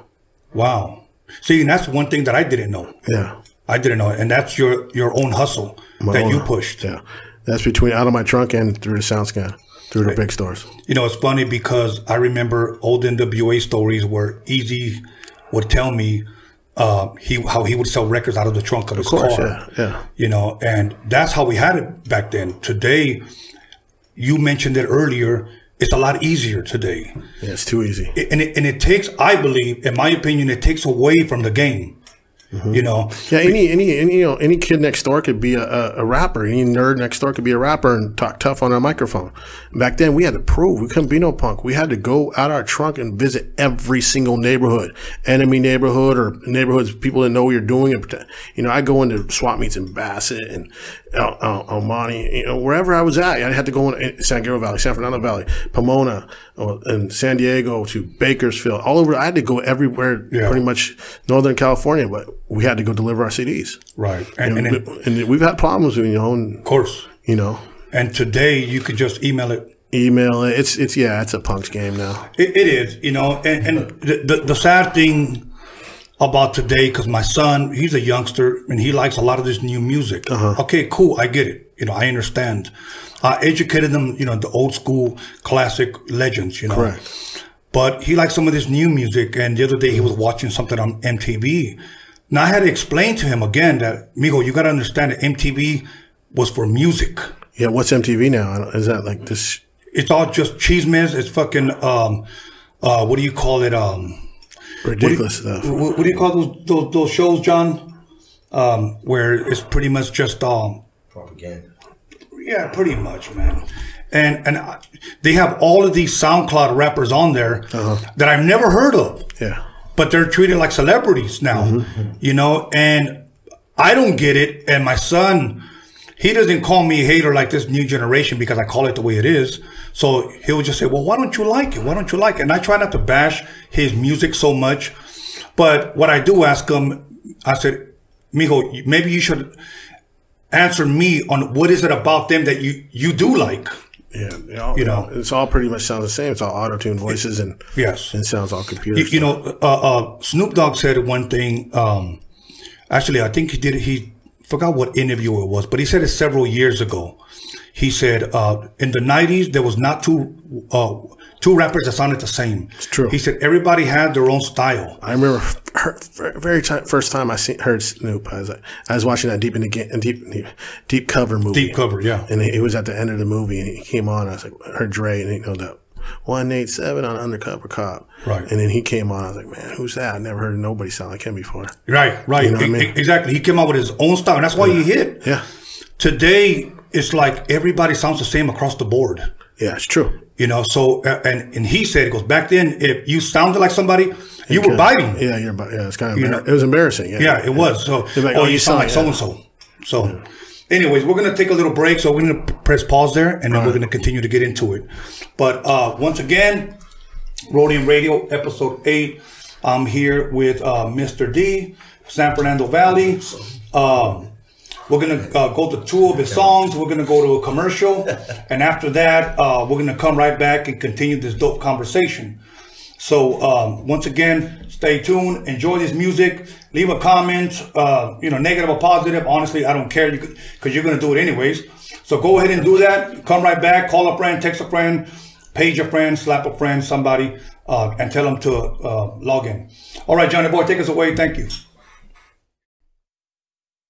Wow. See, and that's one thing that I didn't know.
yeah.
I didn't know, and that's your your own hustle
My
that
own-
you pushed.
Yeah, that's between out of my trunk and through the sound scan, through the big stores.
You know, it's funny because I remember old NWA stories where Easy would tell me uh, he how he would sell records out of the trunk of his
course,
car.
yeah, yeah.
You know, and that's how we had it back then. Today, you mentioned it earlier. It's a lot easier today,
Yeah, it's too easy.
It- and it, and it takes, I believe, in my opinion, it takes away from the game.
Mm-hmm.
You know,
Yeah, any any any you know any kid next door could be a, a, a rapper. Any nerd next door could be a rapper and talk tough on a microphone. Back then, we had to prove we couldn't be no punk. We had to go out our trunk and visit every single neighborhood, enemy neighborhood or neighborhoods people didn't know what you're doing. And pretend, you know, I go into swap meets in Bassett and El, El, El Monte, you know, wherever I was at, I had to go in, in San Gabriel Valley, San Fernando Valley, Pomona, or, and San Diego to Bakersfield, all over. I had to go everywhere,
Yeah.
pretty much Northern California, but we had to go deliver our CDs.
right? And, and,
And,
and of
we- and we've had problems, you know, and,
course,
you know,
and today you can just email it
email. it. It's it's yeah, it's a punk's game now.
It, it is, you know, and, and the, the the sad thing about today, because my son, he's a youngster and he likes a lot of this new music. Okay, cool, I get it. You know, I understand. I educated him, you know, the old school classic legends, you know.
Correct.
But he likes some of this new music. And the other day he was watching something on MTV. Now I had to explain to him again that, Mijo, you got to understand that MTV was for music.
Yeah, what's MTV now? I don't, is that like this?
It's all just cheese miz. It's fucking, um, uh, what do you call it? Um,
Ridiculous stuff.
what, what do you call those those, those shows, John? Um, where it's pretty much just um,
Propaganda.
yeah, pretty much, man. And and I, they have all of these SoundCloud rappers on there
Uh-huh.
that I've never heard of,
Yeah,
but they're treated like celebrities now, you know. And I don't get it. And my son, he doesn't call me a hater like this new generation because I call it the way it is. So he'll just say, "Well, why don't you like it? Why don't you like it?" And I try not to bash his music so much, but what I do ask him, I said, "Mijo, maybe you should." Answer me on what is it about them that you you do like?
yeah. They all-
You know.
it's all pretty much sounds the same. It's all auto tuned voices and
Yes.
and sounds all computer.
You, you know, uh, uh, Snoop Dogg said one thing. Um, actually, I think he did. He forgot what interview it was, but he said it several years ago. He said uh, in the '90s there was not two uh, two rappers that sounded the same. It's
true.
He said everybody had their own style.
I remember her, ver- very ti first time I seen, heard Snoop. I was like, I was watching that deep in the game, deep, deep deep cover movie.
Deep cover, yeah.
and it was at the end of the movie, and he came on. I was like, I heard Dre, and you know the one eight seven on Undercover Cop,
Right.
And then he came on. I was like, man, who's that? I never heard nobody sound like him before.
Right, right,
You know what I mean?
E- e- exactly. He came out with his own style, and that's why he hit.
Yeah,
Today, it's like everybody sounds the same across the board.
yeah, it's true.
You know, so uh, and and he said, it goes back then. If you sounded like somebody, you were
Yeah.
biting.
Yeah, you're bi- yeah. It's kind of
You
embar-
know-
it was embarrassing.
Yeah, it was. So,
They're like,
oh,
oh,
you
you
sound like
saw
so
it,
and so. So, anyways, we're gonna take a little break. So we're gonna p- press pause there, and then we're gonna continue to get into it. But uh, once again, Rodian Radio, episode eight. I'm here with uh, Mr. D, San Fernando Valley. Um, we're gonna uh, go to two of his songs. We're gonna go to a commercial, and after that, uh, we're gonna come right back and continue this dope conversation. So um, once again, stay tuned. Enjoy this music. Leave a comment, uh, you know, negative or positive. Honestly, I don't care because you're gonna do it anyways. So go ahead and do that. Come right back. Call a friend, text a friend, page a friend, slap a friend, somebody, uh, and tell them to uh, log in. All right, Johnny Boy, take us away. Thank you.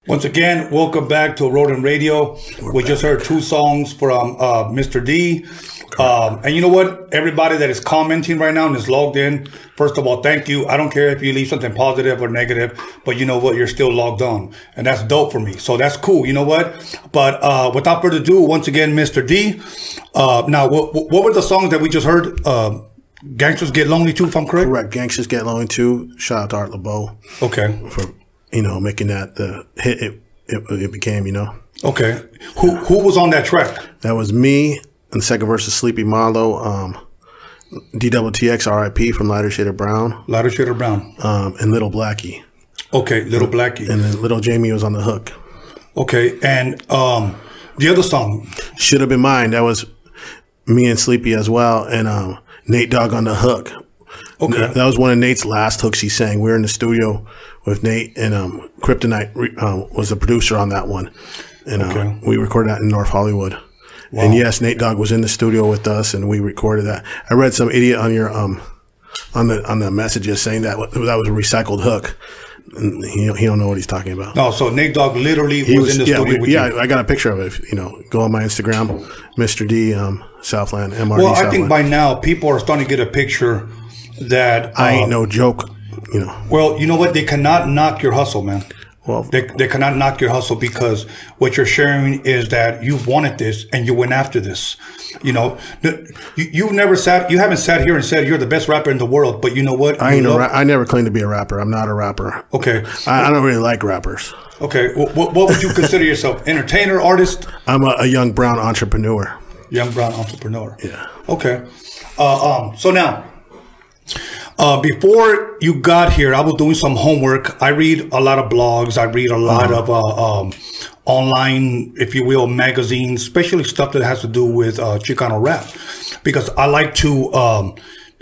Once again, welcome back to Rodent Radio. we just heard two songs from uh, Mr. D. Um, and you know what? Everybody that is commenting right now and is logged in, first of all, thank you. I don't care if you leave something positive or negative, but you know what? You're still logged on. And that's dope for me. So that's cool. You know what? But uh, without further ado, once again, Mr. D. Uh, now, what, what were the songs that we just heard? Uh, Gangsters Get Lonely too, if I'm correct?
Correct. Gangsters Get Lonely too. Shout out to Art LeBeau
Okay.
for, you know, making that the hit it, it, it became, you know.
Okay. Who, who was on that track?
That was me and the second verse is Sleepy Marlowe, um, DWTX RIP from Lighter Shade of Brown,
Louder Shader Brown.
um, and Little Blackie.
Okay, Little Blackie.
And then Little Jamie was on the hook.
Okay, and um, the other song.
Should have been mine. That was me and Sleepy as well, and um, Nate Dogg on the hook.
Okay,
That was one of Nate's last hooks he sang. We were in the studio with Nate, and um, Kryptonite re- um, was the producer on that one. And uh,
Okay.
we recorded that in North Hollywood. And yes, Nate Dogg was in the studio with us, and we recorded that. I read some idiot on your um, on the on the messages saying that wa- that was a recycled hook. And he he don't know what he's talking about.
no, so Nate Dogg literally was, in the
yeah,
studio
we-
with
yeah.
you.
I got a picture of it. If, you know, go on my Instagram, Mr. D um, Southland MRD.
Well, I
Southland.
think by now people are starting to get a picture that
I
uh,
ain't no joke. You know,
Well, you know what? They cannot knock your hustle, man.
Well-
they, they cannot knock your hustle because what you're sharing is that you wanted this and you went after this. You know, the- you, you've never sat, you haven't sat here and said you're the best rapper in the world, but you know what?
I
You
ain't. A
love-
ra- I never claimed to be a rapper. I'm not a rapper.
Okay,
I, I don't really like rappers.
okay. What, what, what would you consider yourself? Entertainer, artist?
I'm a, a young brown entrepreneur.
young brown entrepreneur.
Yeah.
Okay. Uh, um, so now, uh, before you got here, I was doing some homework. I read a lot of blogs. I read a
Uh-huh.
lot of uh, um, online, if you will, magazines, especially stuff that has to do with uh, Chicano rap, because I like to um,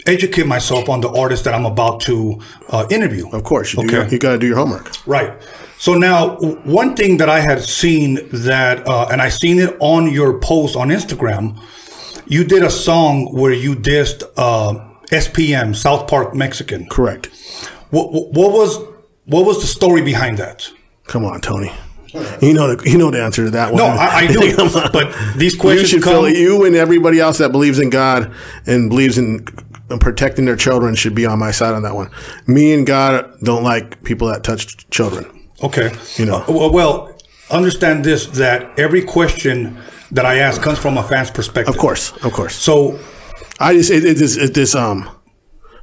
educate myself on the artists that I'm about to uh, interview.
Of course, you, do
Okay.
your- you got to do your homework.
Right. So now, w- one thing that I had seen that, uh, and I seen it on your post on Instagram, you did a song where you dissed uh, SPM South Park Mexican.
Correct.
What, what was what was the story behind that?
Come on, Tony. You know the you know the answer to that one.
No, I, I do, but these
You
questions
should feel
come.
you and everybody else that believes in God and believes in protecting their children should be on my side on that one. Me and God don't like people that touch children.
Okay.
You know.
Uh, well- well, understand this: that every question that I ask comes from a fan's perspective.
Of course, of course.
So
I just it, it just it just um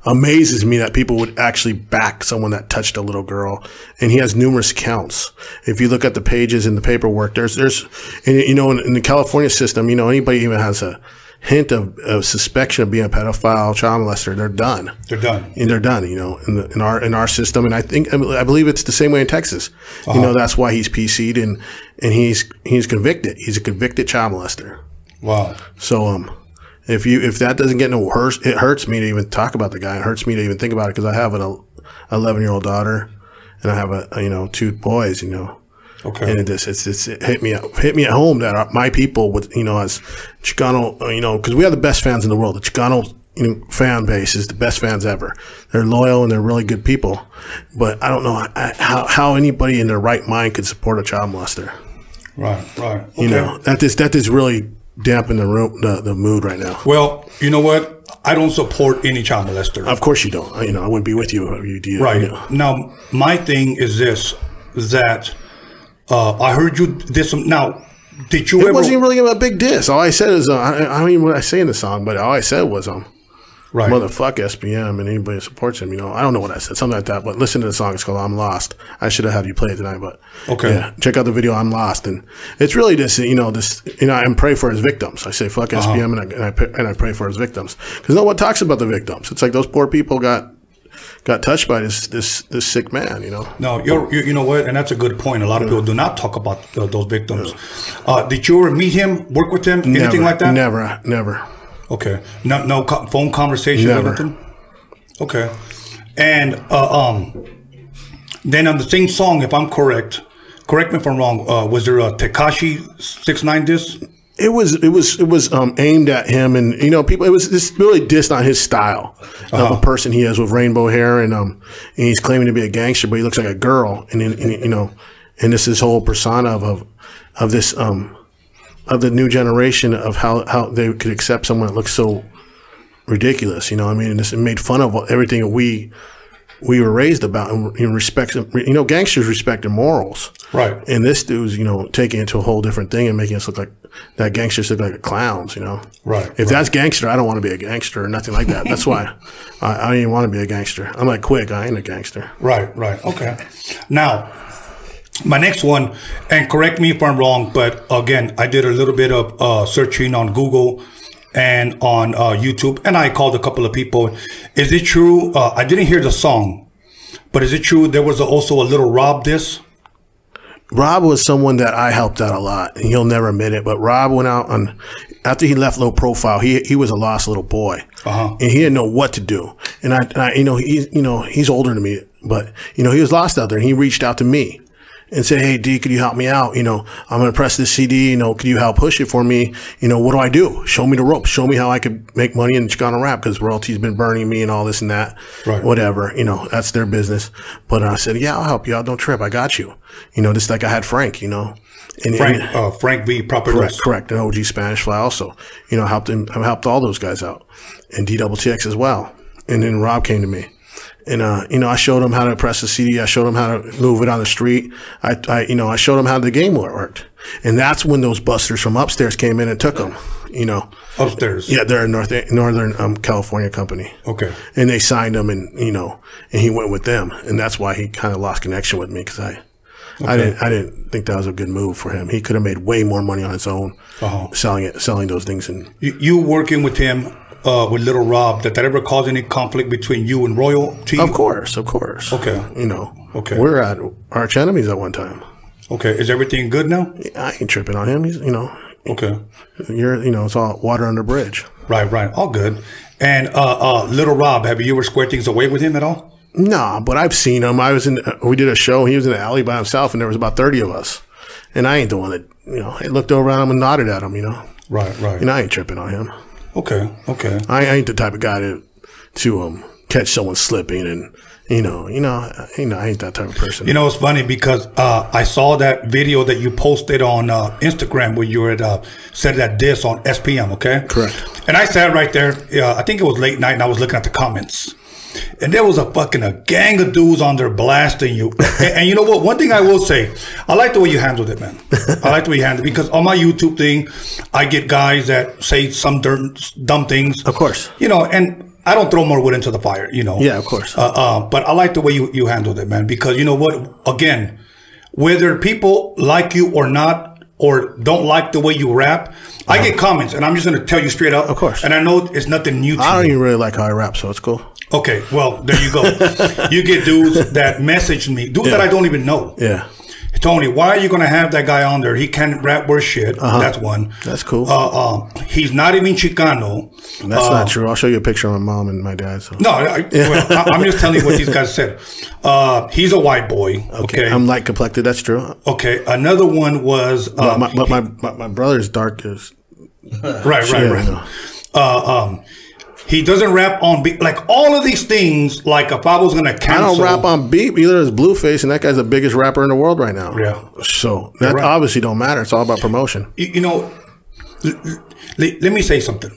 amazes me that people would actually back someone that touched a little girl, and he has numerous counts. If you look at the pages in the paperwork, there's there's and you know in, in the California system, you know anybody even has a hint of, of suspicion of being a pedophile, child molester, they're done.
they're done.
And they're done, you know, in, the, in our in our system, and I think I bel- I believe it's the same way in Texas. You know, that's why he's PC'd and and he's he's convicted. He's a convicted child molester.
Wow.
So um, if you if that doesn't get no hurts, it hurts me to even talk about the guy. It hurts me to even think about it because I have an eleven year old daughter, and I have a, a, you know two boys. You know,
Okay.
and it just it's, it's it hit me at- hit me at home that our- my people with you know as Chicano uh, you know because we are the best fans in the world. The Chicano you know, fan base is the best fans ever. They're loyal and they're really good people, but I don't know I, how how anybody in their right mind could support a child molester.
Right. Right. Okay.
You know that is that is really dampen the room the, the mood right now.
Well, you know what? I don't support any child molester.
Of course you don't. I- You know, I wouldn't be with you if you did.
right.
You know.
Now, my thing is this that uh, I heard you did some. Now, did you
It
ever.
wasn't even really a big diss. All I said is, uh, I, I don't even know what I say in the song, but all I said was, um,
right.
motherfuck SBM and anybody that supports him. You know, I don't know what I said, something like that. But listen to the song. It's called "I'm Lost." I should have had you play it tonight, but
Okay.
yeah, check out the video "I'm Lost," and it's really this, you know, this, you know, and pray for his victims. I say fuck
Uh-huh.
SBM and I, and I pray- and I pray for his victims because no one talks about the victims. It's like those poor people got got touched by this this this sick man. You know,
No, you're, you, you know what? And that's a good point. A lot of people do not talk about uh, those victims. Uh, did you ever meet him, work with him, anything
Never,
like that?
Never, never.
Okay. No, no co- phone conversation
Never.
with him? Okay. And uh, um, then on the same song, if I'm correct, correct me if I'm wrong, uh, was there a Tekashi six nine disc?
It was it was it was um, aimed at him, and you know, people. It was this really dissed on his style of a person he is with rainbow hair, and um, and he's claiming to be a gangster, but he looks like a girl, and, then- and you know, and this his whole persona of, of of this um of the new generation of how how they could accept someone that looks so ridiculous, you know. what I mean, and this it made fun of everything that we we were raised about, and you know, respects. You know, gangsters respected morals,
Right.
and this dude's, you know, taking it to a whole different thing and making us look like that gangsters look like clowns, you know?
Right,
If that's gangster, I don't want to be a gangster or nothing like that. That's why I, I don't even want to be a gangster. I'm like, quick, I ain't a gangster.
Right, right. Okay. Now, my next one, and correct me if I'm wrong, but again, I did a little bit of uh, searching on Google and on uh, YouTube, and I called a couple of people. Is it true? Uh, I didn't hear the song, but is it true there was also a little Rob disc?
Rob was someone that I helped out a lot, and he'll never admit it. But Rob went out on after he left Low Profile. He he was a lost little boy,
Uh-huh.
and he didn't know what to do. And I, and I you know, he's you know he's older than me, but you know he was lost out there, and he reached out to me and said, "Hey, D, could you help me out? You know, I'm gonna press this CD. You know, could you help push it for me? You know, what do I do? Show me the ropes. Show me how I could make money in Chicano rap because royalties been burning me and all this and that.
Right.
Whatever. You know, that's their business. But I said, yeah, I'll help you out. Don't trip. I got you. You know, just like I had Frank. You know, and
Frank,
and-
uh, Frank V. Proper
correct,
Dress.
correct. And OG Spanish Fly also. You know, helped him. I helped all those guys out, and D Double TX as well. And then Rob came to me. And uh, you know, I showed him how to press the CD. I showed him how to move it on the street. I, I you know, I showed him how the game worked. And that's when those busters from upstairs came in and took them. You know,
upstairs.
yeah, they're a North Northern um, California company.
Okay.
And they signed him, and you know, and he went with them, and that's why he kind of lost connection with me because I, I didn't, I didn't think that was a good move for him. He could have made way more money on his own
Uh-huh.
selling it, selling those things, and
You, you working with him, uh, with little Rob, did that ever cause any conflict between you and royalty?
of course, of course,
Okay.
you know,
Okay.
we're at arch enemies at one time.
Okay. Is everything good now?
I ain't tripping on him. He's, you know,
Okay.
you're, you know, it's all water under bridge.
Right, right. All good. And uh, uh, Little Rob, have you ever squared things away with him at all?
Nah, but I've seen him. I was in. We did a show. He was in the alley by himself, and there was about thirty of us. And I ain't the one that you know. I looked over at him and nodded at him. You know,
Right, right.
and I ain't tripping on him.
okay, okay.
I, I ain't the type of guy to to um catch someone slipping and you know you know I, you know I ain't that type of person.
You know, it's funny because uh, I saw that video that you posted on uh, Instagram where you were at, uh, said that this on SPM, okay?
Correct.
And I sat right there. Uh, I think it was late night, and I was looking at the comments. And there was a fucking a gang of dudes on there blasting you. and, and you know what? One thing I will say, I like the way you handled it, man. I like the way you handled it because on my YouTube thing, I get guys that say some dur- dumb things.
Of course.
You know, and I don't throw more wood into the fire, you know.
Yeah, of course.
Uh, uh, but I like the way you, you handled it, man, because you know what? Again, whether people like you or not, or don't like the way you rap, I get comments, and I'm just going to tell you straight up. Of
course.
And I know it's nothing new to
I
you.
don't even really like how I rap, so it's cool.
Okay, well, there you go. you get dudes that message me, dudes that I don't even know.
Yeah,
Tony, why are you going to have that guy on there? He can't rap worse shit. That's one.
Uh-huh. that's cool.
Uh, uh, he's not even Chicano.
that's not true. I'll show you a picture of my mom and my dad. So
No, I, well, I, I'm just telling you what these guys said. Uh, he's a white boy. Okay.
I'm light complected. That's true.
okay. Another one was
but
um,
my, but my, my my brother's dark is
right, right,
yeah,
right.
no.
Uh, um, he doesn't rap on beat. Like all of these things. Like if I was gonna
I
cancel,
don't rap on beat either. Is Blueface and that guy's the biggest rapper in the world right now.
Yeah.
So that
right.
obviously don't matter. It's all about promotion.
you, you know, l- l- le- let me say something.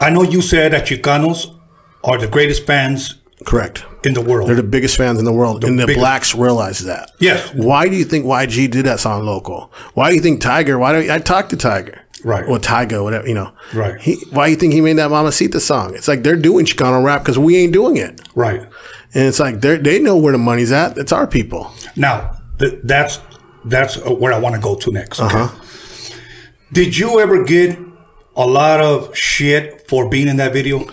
I know you said that Chicanos are the greatest fans
Correct.
in the world.
They're the biggest fans in the world, and the
biggest-
blacks realize that.
Yes.
Why do you think YG did that song local? Why do you think Tiger? Why do I talk to Tiger?
Right.
Or Tiger, whatever you know.
Right.
He, why do you think he made that Mamacita song? It's like they're doing Chicano rap because we ain't doing it,
right
and it's like they they know where the money's at. It's our people.
now, th- that's that's uh, where I want to go to next. Okay?
Uh-huh.
Did you ever get a lot of shit for being in that video?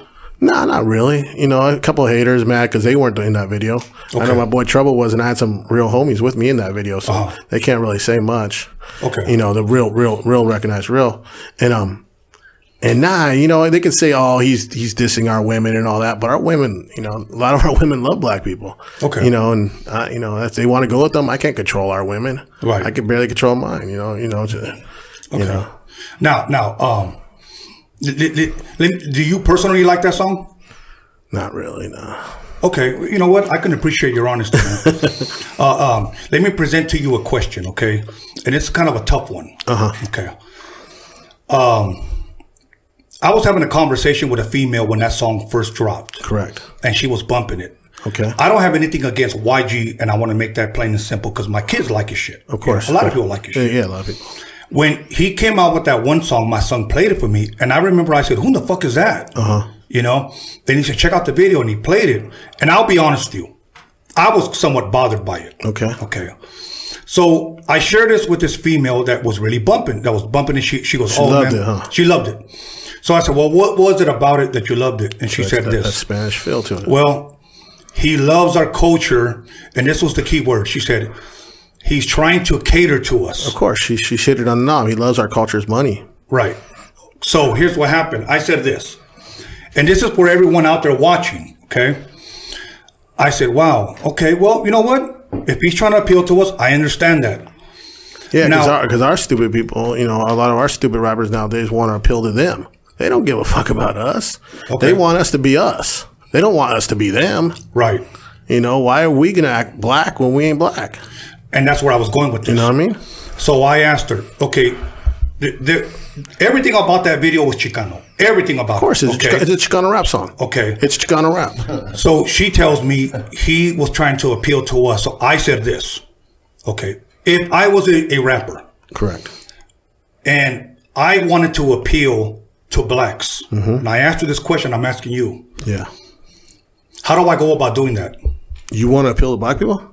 Nah, not really. You know, a couple of haters mad because they weren't in that video. I know my boy Trouble was, and I had some real homies with me in that video, so
Uh-huh.
they can't really say much.
Okay.
You know, the real, real, real recognized real, and um, And nah, you know, they can say, "Oh, he's he's dissing our women and all that," but our women, you know, a lot of our women love black people.
Okay.
you know, and uh, you know, if they want to go with them, I can't control our women.
Right.
I can barely control mine. You know, you know, just, you know.
Now, now, um, li- li- li- li- do you personally like that song?
Not really, no.
Okay, you know what? I can appreciate your honesty. man. uh, um, let me present to you a question, okay? And it's kind of a tough one. Uh-huh. Okay. Um, I was having a conversation with a female when that song first dropped,
Correct.
and she was bumping it.
Okay.
I don't have anything against YG, and I want to make that plain and simple because my kids like his shit.
Of course.
a lot of people like his
Yeah,
shit.
yeah, a lot of people.
When he came out with that one song, my son played it for me, and I remember I said, "Who the fuck is that?" Uh-huh. You know. Then he said, "Check out the video," and he played it. And I'll be honest with you, I was somewhat bothered by it.
Okay.
Okay. So I shared this with this female that was really bumping, that was bumping, and she she goes, "Oh
loved
man,
it, huh?
she loved it." So I said, "Well, what was it about it that you loved it?" And she said
That-
this.
that Spanish feel to it.
Well, he loves our culture, and this was the key word. She said, "He's trying to cater to us."
of course, she she shitted on the knob. He loves our culture's money.
Right. So here's what happened. I said this, and this is for everyone out there watching. Okay. I said, "Wow. Okay. Well, you know what? If he's trying to appeal to us, I understand that.
Yeah, because
Now-
our, 'cause our stupid people, you know, a lot of our stupid rappers nowadays want to appeal to them. They don't give a fuck about us.
Okay.
They want us to be us. They don't want us to be them.
Right."
You know, why are we gonna act black when we ain't black?
And that's where I was going with this.
You know what I mean?
So I asked her, okay, the, the, everything about that video was Chicano. Everything about
Of course, it's,
okay.
a, Chica- it's a Chicano rap song.
okay.
It's Chicano rap.
So she tells me he was trying to appeal to us. So I said this. Okay. If I was a, a rapper
Correct.
and I wanted to appeal to blacks,
Mm-hmm.
and I asked you this question, I'm asking you,
Yeah.
how do I go about doing that?
You want to appeal to black people?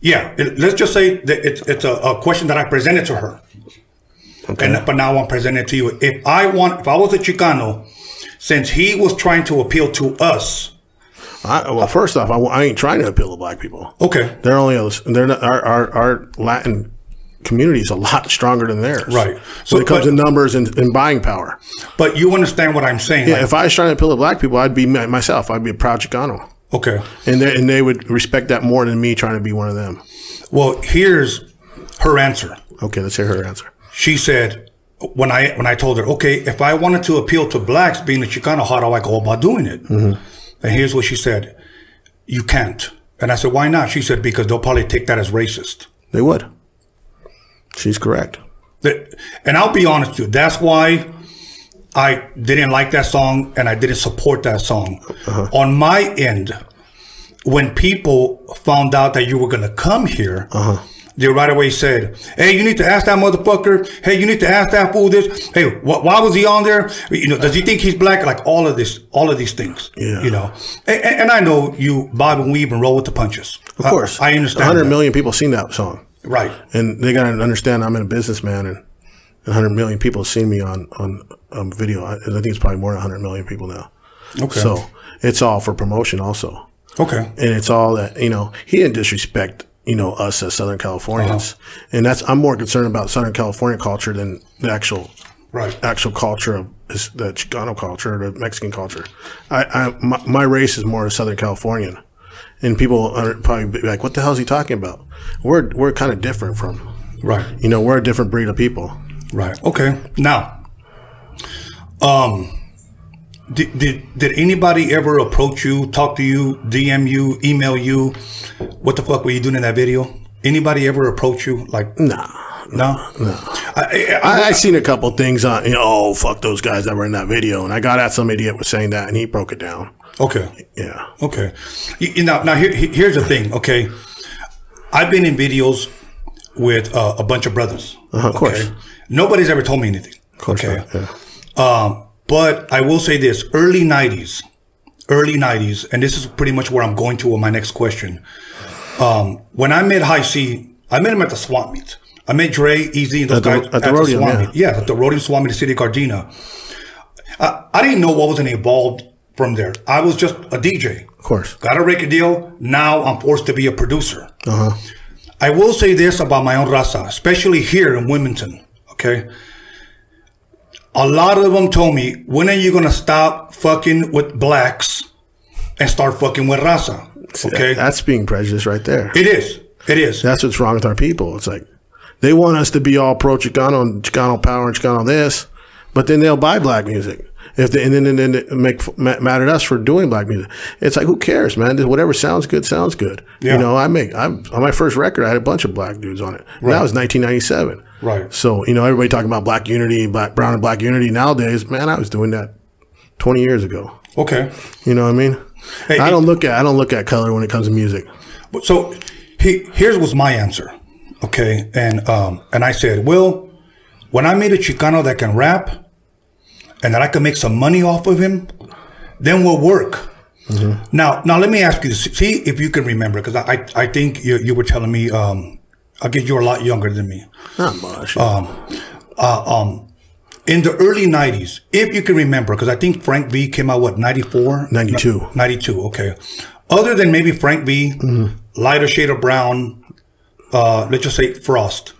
Yeah, it- let's just say that it's, it's a, a question that I presented to her.
Okay.
And, but now I'm presenting it to you. If I want, if I was a Chicano, since he was trying to appeal to us,
I, well, first off, I, wa- I ain't trying to appeal to black people.
okay,
They're only others. They're not our our, our Latin community is a lot stronger than theirs.
Right.
So
So-
when it comes
but-
to numbers and, and buying power.
but you understand what I'm saying?
Yeah, if I was trying to appeal to black people, I'd be my, myself. I'd be a proud Chicano,
Like, okay.
and they and they would respect that more than me trying to be one of them.
Well, here's her answer.
Okay, let's hear her answer.
She said, when I when I told her, okay, if I wanted to appeal to blacks, being a Chicano, how do I go about doing it? And here's what she said: You can't. And I said, why not? She said, because they'll probably take that as racist.
They would. She's correct.
That, and I'll be honest with you, that's why I didn't like that song and I didn't support that song.
Uh-huh.
On my end, when people found out that you were going to come here,
Uh-huh.
they right away said, "Hey, you need to ask that motherfucker. Hey, you need to ask that fool this. Hey, wh- why was he on there? You know, does he think he's black? Like all of this, all of these things.
Yeah.
You know, and, and, and I know you bob and weave and roll with the punches.
Of course,
Uh, I, understand.
Hundred
that.
million people seen that song,
Right.
and they gotta understand I'm a businessman, and hundred million people have seen me on on um, video. I, I think it's probably more than hundred million people now.
Okay.
So it's all for promotion, also.
Okay.
and it's all that you know he didn't disrespect you know us as southern californians and that's i'm more concerned about southern california culture than the actual
Right.
actual culture of is the chicano culture or the mexican culture i, I my, my race is more southern californian and people are probably be like what the hell is he talking about we're we're kind of different from
Right.
you know we're a different breed of people
Right. Okay. Now, um, did, did did anybody ever approach you, talk to you, DM you, email you? What the fuck were you doing in that video? Anybody ever approach you? Like no, no, no. I, I, I,
I, I seen a couple things on you know oh fuck those guys that were in that video and i got at some idiot was saying that and he broke it down
okay.
yeah
Okay. You, you know, now here, here- here's the thing. Okay, I've been in videos with uh, a bunch of brothers.
Uh-huh, of course.
Okay? Nobody's ever told me anything.
of course
okay.
not. yeah
Um, but I will say this: early '90s, early '90s, and this is pretty much where I'm going to with my next question. Um, when I met High C, I met him at the swap meet. I met Dre, Easy, and those
At the-
guys
at the rodeo,
swap
yeah.
meet. Yeah, at the rodeo swap meet in the city of Gardena. I, I didn't know what was going to evolve from there. I was just a DJ.
Of course.
Got a record deal. Now I'm forced to be a producer.
Uh-huh.
I will say this about my own raza, especially here in Wilmington. Okay. A lot of them told me, when are you going to stop fucking with blacks and start fucking with raza? Okay.
That's being prejudiced right there.
it is. It is.
That's what's wrong with our people. It's like they want us to be all pro Chicano and Chicano power and Chicano this, but then they'll buy black music. If they, and then and then they make f- ma- mad at us for doing black music. It's like who cares, man? Just Whatever sounds good sounds good.
Yeah.
You know, I make I on my first record I had a bunch of black dudes on it. And That was 1997.
Right.
So you know everybody talking about black unity, black brown and black unity nowadays. Man, I was doing that 20 years ago.
Okay.
You know what I mean?
Hey,
I
hey.
don't look at I don't look at color when it comes to music.
But So he, here's was my answer, okay? And um, and I said, well, when I meet a Chicano that can rap, and that I can make some money off of him, then we'll work. Now, now let me ask you this: see if you can remember, because I, I I think you you were telling me um, I guess you're a lot younger than me.
Not much.
Uh, In the early 90s, if you can remember, because I think Frank V came out, what, 94?
92.
Ni- 92, okay. Other than maybe Frank V, lighter shade of brown, uh, let's just say Frost,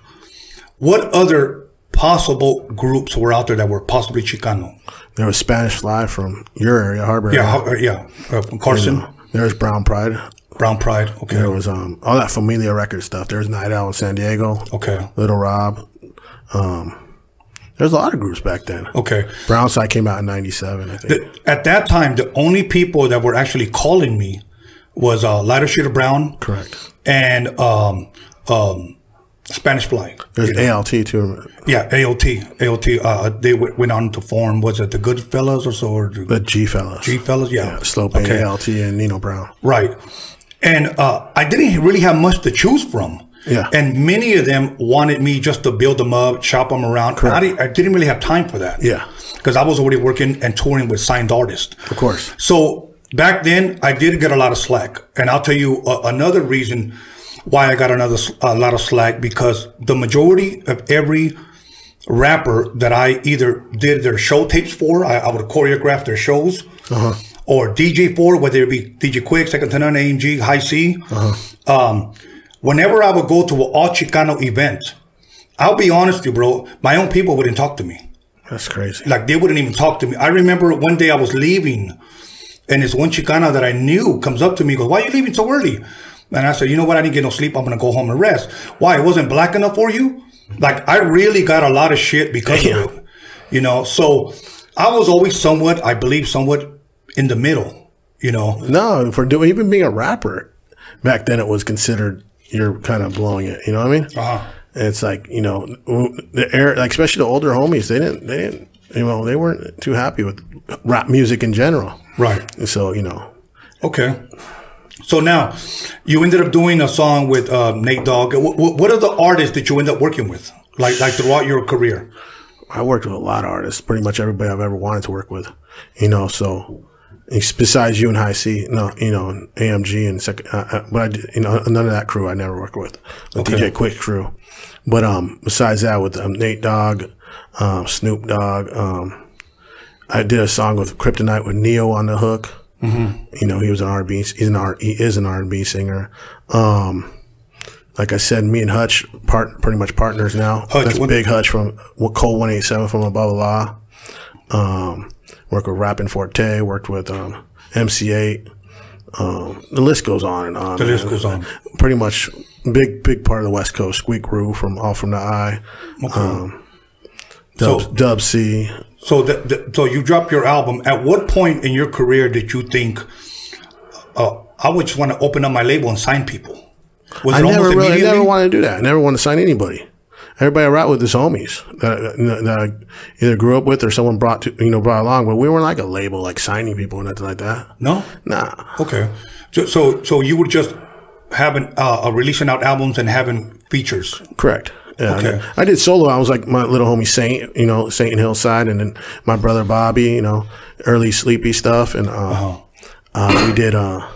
what other possible groups were out there that were possibly Chicano?
There was Spanish Fly from your area, Harbor.
Yeah,
area.
how- uh, yeah. Uh, from Carson,
There was Brown Pride.
Brown Pride, okay.
There was um all that Familia record stuff. There was Night Owl in San Diego.
Okay,
Little Rob. Um, there's a lot of groups back then.
okay.
Brown Side came out in '97, I think.
The- At that time, the only people that were actually calling me was uh, lighter shade of brown
Correct.
and um, um, Spanish Fly.
There's ALT too.
Yeah, AOT, AOT. Uh, they w- went on to form. Was it the Good Fellas or so? Or the
The G Fellas.
G Fellas? Yeah,
Slow Pain, ALT, and Nino Brown.
right. And uh, I didn't really have much to choose from.
Yeah.
And many of them wanted me just to build them up, chop them around. I, didn't, I didn't really have time for that.
Yeah.
Because I was already working and touring with signed artists.
Of course.
So back then, I did get a lot of slack, and I'll tell you uh, another reason why I got another s- a lot of slack because the majority of every rapper that I either did their show tapes for, I, I would choreograph their shows, or DJ for, whether it be DJ Quick, Second to None, AMG, High C. Um, whenever I would go to an all Chicano event, I'll be honest with you, bro, my own people wouldn't talk to me
That's crazy.
like they wouldn't even talk to me. I remember one day I was leaving, and this one Chicana that I knew comes up to me, goes, "Why are you leaving so early?" And I said, "You know what? I didn't get no sleep. I'm gonna go home and rest. Why? It wasn't black enough for you? Like I really got a lot of shit because
Damn.
of it, you know. So I was always somewhat, I believe, somewhat in the middle, you know.
No, for doing even being a rapper, back then it was considered you're kind of blowing it. You know what I mean?
Uh-huh.
And it's like you know the air, like especially the older homies. They didn't. They didn't. You know, they weren't too happy with rap music in general.
Right.
And so you know,
Okay. So now, you ended up doing a song with uh, Nate Dogg. What, what are the artists that you end up working with, like like throughout your career?
I worked with a lot of artists. Pretty much everybody I've ever wanted to work with. You know, so it's besides you and High C, no, you know, and AMG and second, uh, uh, but I did, you know none of that crew I never worked with. The DJ Quick crew. But um, besides that, with um, Nate Dogg, um, Snoop Dogg, um, I did a song with Kryptonite with Neo on the hook. You know, he was an R&B. He's an R. He is an R&B singer. Um, like I said, me and Hutch part pretty much partners now.
Hutch,
That's
what-
Big Hutch from well, Cole One Eight Seven from Above Law. Um, worked with Rappin' Forte. Worked with um, MC8. Um, the list goes on and on.
The list
man.
goes on.
Pretty much big big part of the West Coast. Squeak Roo from All from the Eye.
Okay.
Dub,
So-
Dub C.
So the, the, so you dropped your album. At what point in your career did you think, uh, I would just want to open up my label and sign people? Was
I never really, I never wanted to do that. I never wanted to sign anybody. Everybody I ride with is homies that, that, that I either grew up with or someone brought to, you know, brought along. But we weren't like a label, like signing people or nothing like that.
no.
Nah.
Okay. So so, so you were just having uh, uh, releasing out albums and having features.
Correct. Yeah, I,
Okay.
did, I did solo. I was like my little homie Saint, you know, Saint and Hillside, and then my brother Bobby, you know, early sleepy stuff, and uh,
Uh-huh.
uh, we did, uh,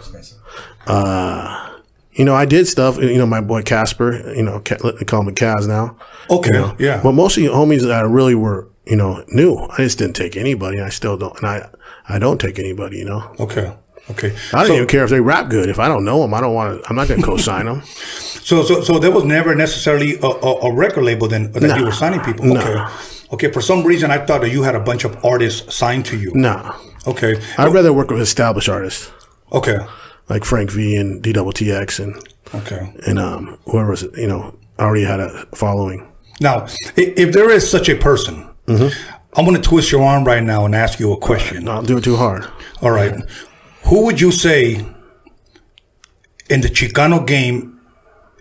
uh, you know, I did stuff. You know, my boy Casper, you know, Ca- they call him Cas now.
Okay.
you know?
yeah.
But mostly homies that I really were, you know, new. I just didn't take anybody. and I still don't, and I, I don't take anybody. You know,
okay. Okay.
I don't
so,
even care if they rap good. If I don't know them, I don't want to. I'm not going to co-sign them.
so so so there was never necessarily a, a, a record label then that you were signing people. Okay. Okay, for some reason I thought that you had a bunch of artists signed to you.
Nah.
Okay.
I'd rather work with established artists
Okay.
like Frank V and DWTX and
Okay.
and um whoever was you know already had a following.
Now, i- if there is such a person, I'm going to twist your arm right now and ask you a question.
Don't do it too hard.
All right. Who would you say in the Chicano game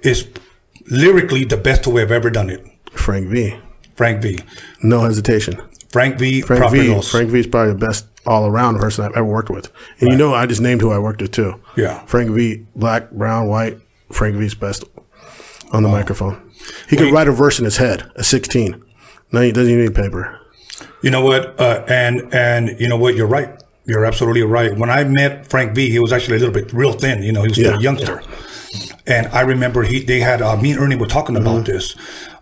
is lyrically the best who have ever done it?
Frank V,
Frank V.
no hesitation.
Frank V.
Frank V.
Propinos.
Frank V is probably the best all around person I've ever worked with. And you know, I just named who I worked with too.
Yeah.
Frank V, black, brown, white. Frank V's best on the microphone. He could write a verse in his head at 16. No, he doesn't even need paper.
You know what? Uh, and and you know what? You're right. You're absolutely right. When I met Frank V, he was actually a little bit real thin. You know, he was still a
Yeah.
youngster. And I remember he they had uh, me and Ernie were talking about this,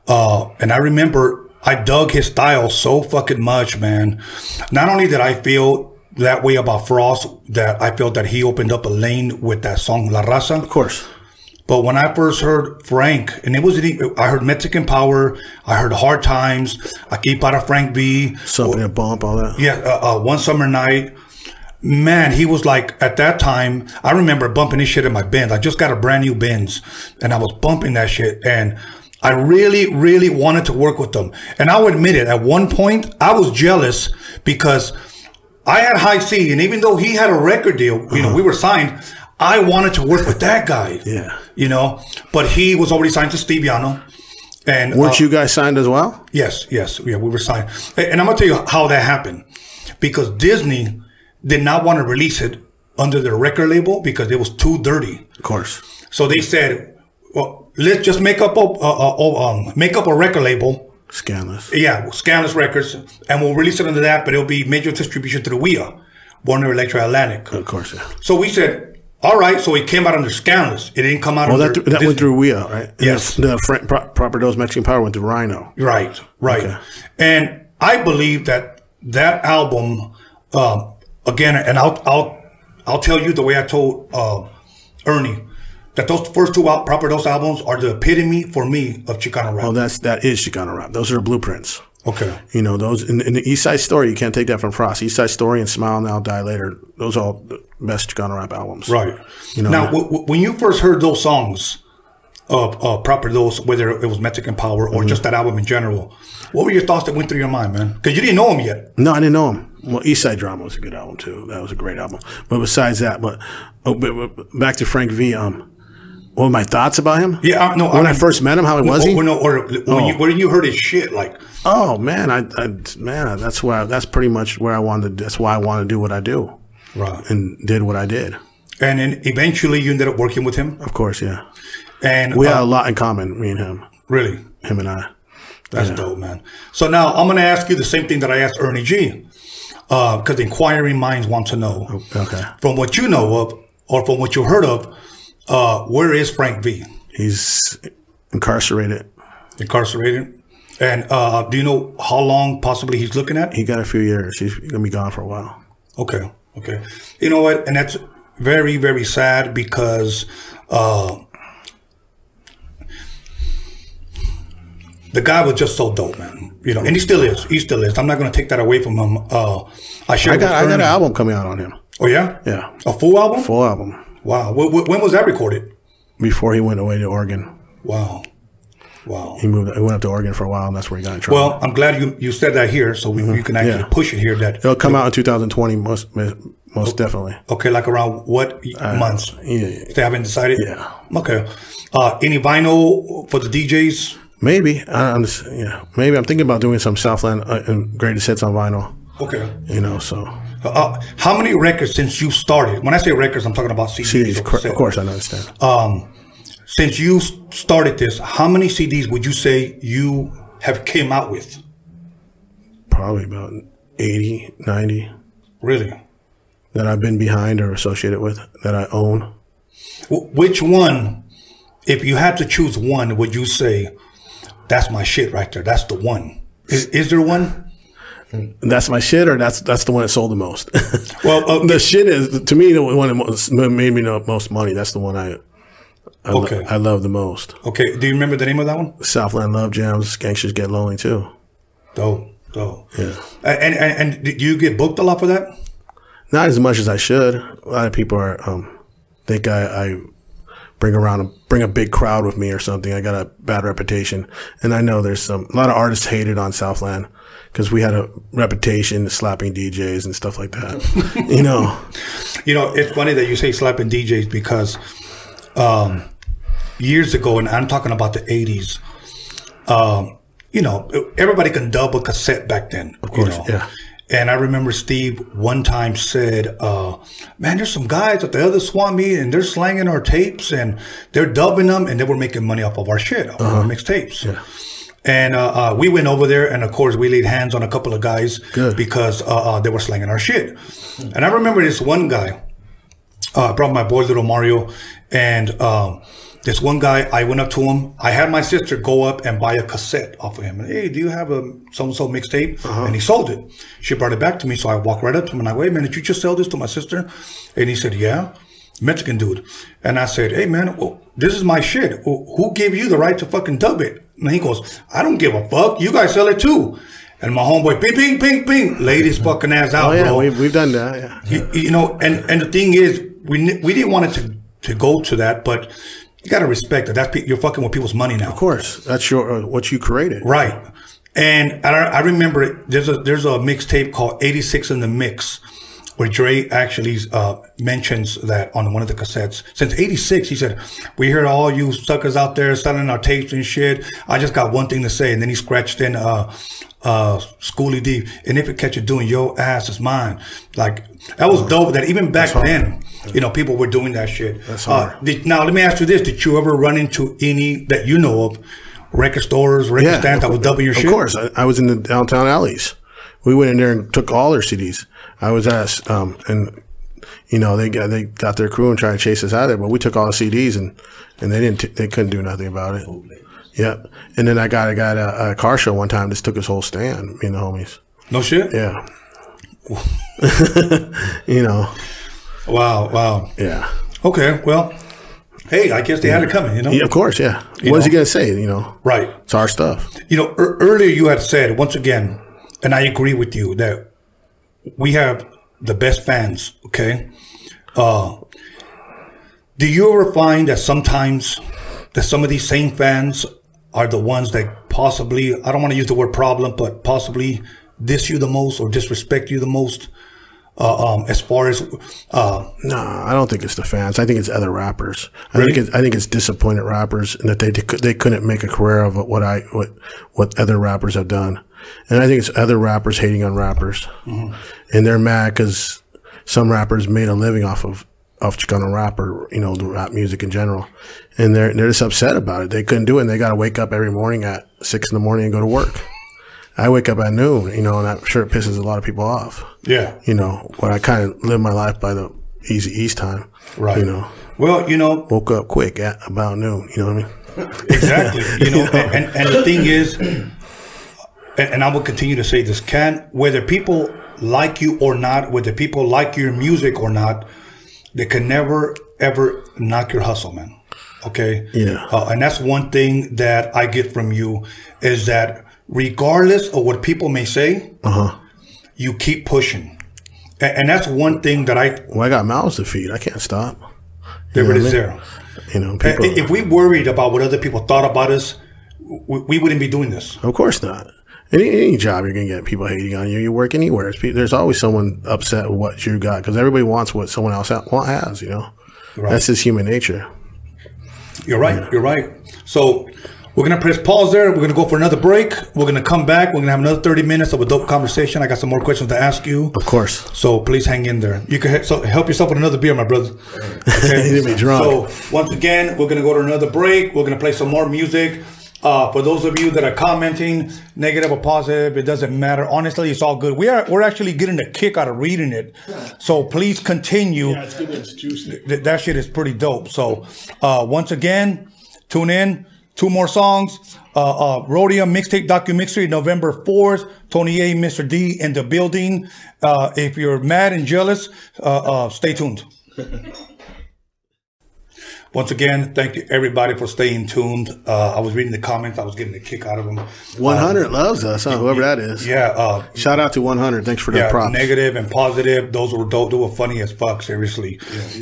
uh, and I remember I dug his style so fucking much, man. Not only did I feel that way about Frost, that I felt that he opened up a lane with that song La Raza.
Of course.
But when I first heard Frank, and it was I heard Mexican Power, I heard Hard Times, I keep out of Frank V,
Something, a bump, all that.
yeah, uh, uh, one summer night. Man, he was like at that time. I remember bumping this shit in my Benz. I just got a brand new Benz, and I was bumping that shit. And I really, really wanted to work with them. And I'll admit it. At one point, I was jealous because I had high C, and even though he had a record deal, you know, we were signed. I wanted to work with that guy.
Uh-huh. Yeah.
you know, but he was already signed to Steve Yano. And uh,
Weren't you guys signed as well?
Yes, yes, yeah, we were signed, A- and I'm gonna tell you how that happened, because Disney did not want to release it under their record label because it was too dirty.
Of course.
So they said, "Well, let's just make up a uh, uh, um, make up a record label,
Scandalous.
yeah, Scandalous Records, and we'll release it under that, but it'll be major distribution through WIA, Warner Electra Atlantic."
Of course, yeah.
So we said, "All right," so it came out under Scandalous. It didn't come out
Well, Oh, that,
under
that
Disney.
went through WIA, right? And
Yes.
The, the Fran- Pro- Proper Dose Mexican Power went through Rhino.
Right, right.
Okay.
And I believe that that album, um, again, and I'll, I'll, I'll tell you the way I told uh, Ernie that those first two out, proper those albums are the epitome for me of Chicano rap.
Well, Oh, that's that is Chicano rap. Those are blueprints.
okay.
You know, those in, in the East Side Story, you can't take that from Frost. East Side Story and Smile Now, Die Later, those are all the best Chicano rap albums.
Right.
You know,
now,
that-
w- w- when you first heard those songs of uh, proper those, whether it was Mexican Power or just that album in general, what were your thoughts that went through your mind, man? Because you didn't know him yet.
No, I didn't know him. Well, East Side Drama was a good album too. That was a great album. But besides that, but, oh, but, but back to Frank V. Um, what were my thoughts about him?
Yeah, I, no.
When
I,
I
mean,
first met him, how he was
or,
he?
or, no, or when, you, when you heard his shit, like,
Oh man, I, I man, that's why that's pretty much where I wanted. To, that's why I want to do what I do
right.
and did what I did.
And then eventually you ended up working with him.
Of course, yeah.
And
We
uh,
had a lot in common, me and him,
really,
him and I.
that's dope, man. So now I'm going to ask you the same thing that I asked Ernie G. Because inquiring minds want to know.
Oh, Okay,
From what you know of, or from what you heard of, uh, where is Frank V?
he's incarcerated.
Incarcerated. And uh, do you know how long possibly he's looking at?
He got a few years. He's gonna be gone for a while.
Okay, okay. You know what? And that's very, very sad because uh, the guy was just so dope, man. You know, and he still is. He still is. I'm not going to take that away from him. Uh, I should.
I got I got an album coming out on him.
Oh yeah,
Yeah,
a full album.
full album
Wow. Wh- wh- When was that recorded?
before he went away to Oregon.
Wow. Wow.
He moved. He went up to Oregon for a while, and that's where he got in trouble.
Well, I'm glad you, you said that here, so we, you can actually
Mm-hmm. yeah.
push it here. That
it'll come out in 2020, most most definitely.
okay, like around what
Uh,
months?
Yeah, yeah.
They haven't decided.
Yeah.
Okay. Uh, any vinyl for the DJs?
maybe. I, I'm just, yeah, maybe I'm thinking about doing some Southland uh, and greatest hits on vinyl.
Okay.
You know, so
Uh, how many records since you started? When I say records, I'm talking about CDs.
CDs,
or
of cour-
cassette.
of course, I understand.
Since you s- started this, how many CDs would you say you have came out with?
Probably about 80, 90
Really?
that I've been behind or associated with that I own.
Wh- which one, if you had to choose one, would you say, that's my shit right there. That's the one. Is, is there one?
And that's my shit, or that's that's the one that sold the most.
Well, uh,
the shit is to me the one that most, made me the most money. That's the one I. I lo-
Okay.
I love the most.
okay. Do you remember the name of that one?
Southland Love Jams, Gangsters Get Lonely too.
Dope. So
Yeah.
And, and and do you get booked a lot for that?
Not as much as I should. A lot of people are um, think I, I bring around a, bring a big crowd with me or something. I got a bad reputation, and I know there's some a lot of artists hated on Southland because we had a reputation slapping DJs and stuff like that. you know,
You know, it's funny that you say slapping DJs because um, years ago, and I'm talking about the 80s, um, you know, everybody can dub a cassette back then. Of
course, yeah.
And I remember Steve one time said, uh, man, there's some guys at the other swap meet and they're slanging our tapes and they're dubbing them and they were making money off of our shit, off of our mixtapes. And uh, uh, we went over there, and of course, we laid hands on a couple of guys
Good.
because uh, uh, they were slanging our shit. And I remember this one guy. Uh, I brought my boy little Mario, and um, this one guy, I went up to him. I had my sister go up and buy a cassette off of him. Hey, do you have a so and so mixtape?
Uh-huh.
And he sold it. She brought it back to me, so I walked right up to him and I wait a minute, did you just sell this to my sister? And he said, yeah. Mexican dude. And I said, hey man, well, this is my shit. Who who gave you the right to fucking dub it? And he goes, I don't give a fuck. You guys sell it too. And my homeboy, ping, ping, ping, ping, laid his fucking ass out,
oh yeah,
bro.
we've, we've done that. Yeah.
You, you know, and and the thing is, we ni- we didn't want it to to go to that, but you got to respect that. That's pe- you're fucking with people's money now,
Of course, that's your uh, what you created.
right? And I, I remember it, there's a there's a mixtape called '86 in the Mix, where Dre actually uh, mentions that on one of the cassettes. Since '86, he said, "We hear all you suckers out there selling our tapes and shit. I just got one thing to say." And then he scratched in. Uh, uh, Schoolie D, and if it catch you doing your ass, it's mine. Like that was dope. That even back then, you know, people were doing that shit.
That's
Uh,
hard.
did, now let me ask you this: Did you ever run into any that you know of, record stores, record stands that would double your
of
shit?
course, I, I was in the downtown alleys. We went in there and took all their CDs. I was asked, um, and you know they got, they got their crew and tried to chase us out of there, but we took all the CDs and and they didn't t- they couldn't do nothing about it. Yep. And then I got I got a, a car show one time. Just took his whole stand. Me and the homies.
No shit.
Yeah. you know.
Wow, wow.
Yeah.
Okay, well, hey, I guess they had it coming, you know.
yeah. Of course. Yeah. What is he
know.
gonna say? You know.
Right.
It's our stuff.
You know, ear earlier you had said once again, and I agree with you that we have the best fans. Okay. Uh, do you ever find that sometimes that some of these same fans are the ones that possibly I don't want to use the word problem, but possibly diss you the most or disrespect you the most? Uh, um, as far as uh,
No, I don't think it's the fans. I think it's other rappers. I
Really?
think it's, I think it's disappointed rappers and that they they couldn't make a career of what I what what other rappers have done, and I think it's other rappers hating on rappers, and they're mad because some rappers made a living off of off Chicano rap or you know the rap music in general, and they're they're just upset about it. They couldn't do it. and They got to wake up every morning at six in the morning and go to work. I wake up at noon, you know, and I'm sure it pisses a lot of people off
yeah,
you know, when I kind of live my life by the easy east time.
right.
You know,
well, you know,
woke up quick at about noon. You know what I mean?
Exactly. You know, and, and, and the thing is, and, and I will continue to say this, can whether people like you or not, whether people like your music or not, they can never ever knock your hustle, man. Okay.
Yeah.
Uh, and that's one thing that I get from you is that regardless of what people may say, you keep pushing. And, and that's one thing that I,
Well, I got mouths to feed. I can't stop.
there
Yeah,
it is
man.
there.
You know,
I-
people.
i- If we worried about what other people thought about us, we, we wouldn't be doing this.
of course not. Any, any job you're gonna get people hating on you. You work anywhere. It's pe- There's always someone upset with what you got because everybody wants what someone else ha- wa- has. You know,
Right.
that's just human nature.
You're right. You're right. So we're gonna press pause there. We're gonna go for another break. We're gonna come back. We're gonna have another 30 minutes of a dope conversation. I got some more questions to ask you.
Of course.
So please hang in there. You can he- so help yourself with another beer, my brother. Okay?
You'll be drunk.
So once again, we're gonna go to another break. We're gonna play some more music. Uh, for those of you that are commenting, negative or positive, it doesn't matter. Honestly, it's all good. We are we're actually getting a kick out of reading it. So please continue
That's good. It's juicy.
th- that shit is pretty dope. So, uh, once again, tune in. Two more songs. Uh, uh, Rhodium Mixtape Documixery, November 4th. Tony A, Mr. D in the building. Uh, if you're mad and jealous, uh, uh, stay tuned. Once again, thank you everybody for staying tuned. Uh, I was reading the comments. I was getting a kick out of them.
100 loves us, huh? Whoever that is.
Uh, Yeah. Uh,
Shout out to 100. Thanks for the
yeah,
props.
negative and positive. Those were dope. They were funny as fuck. Seriously.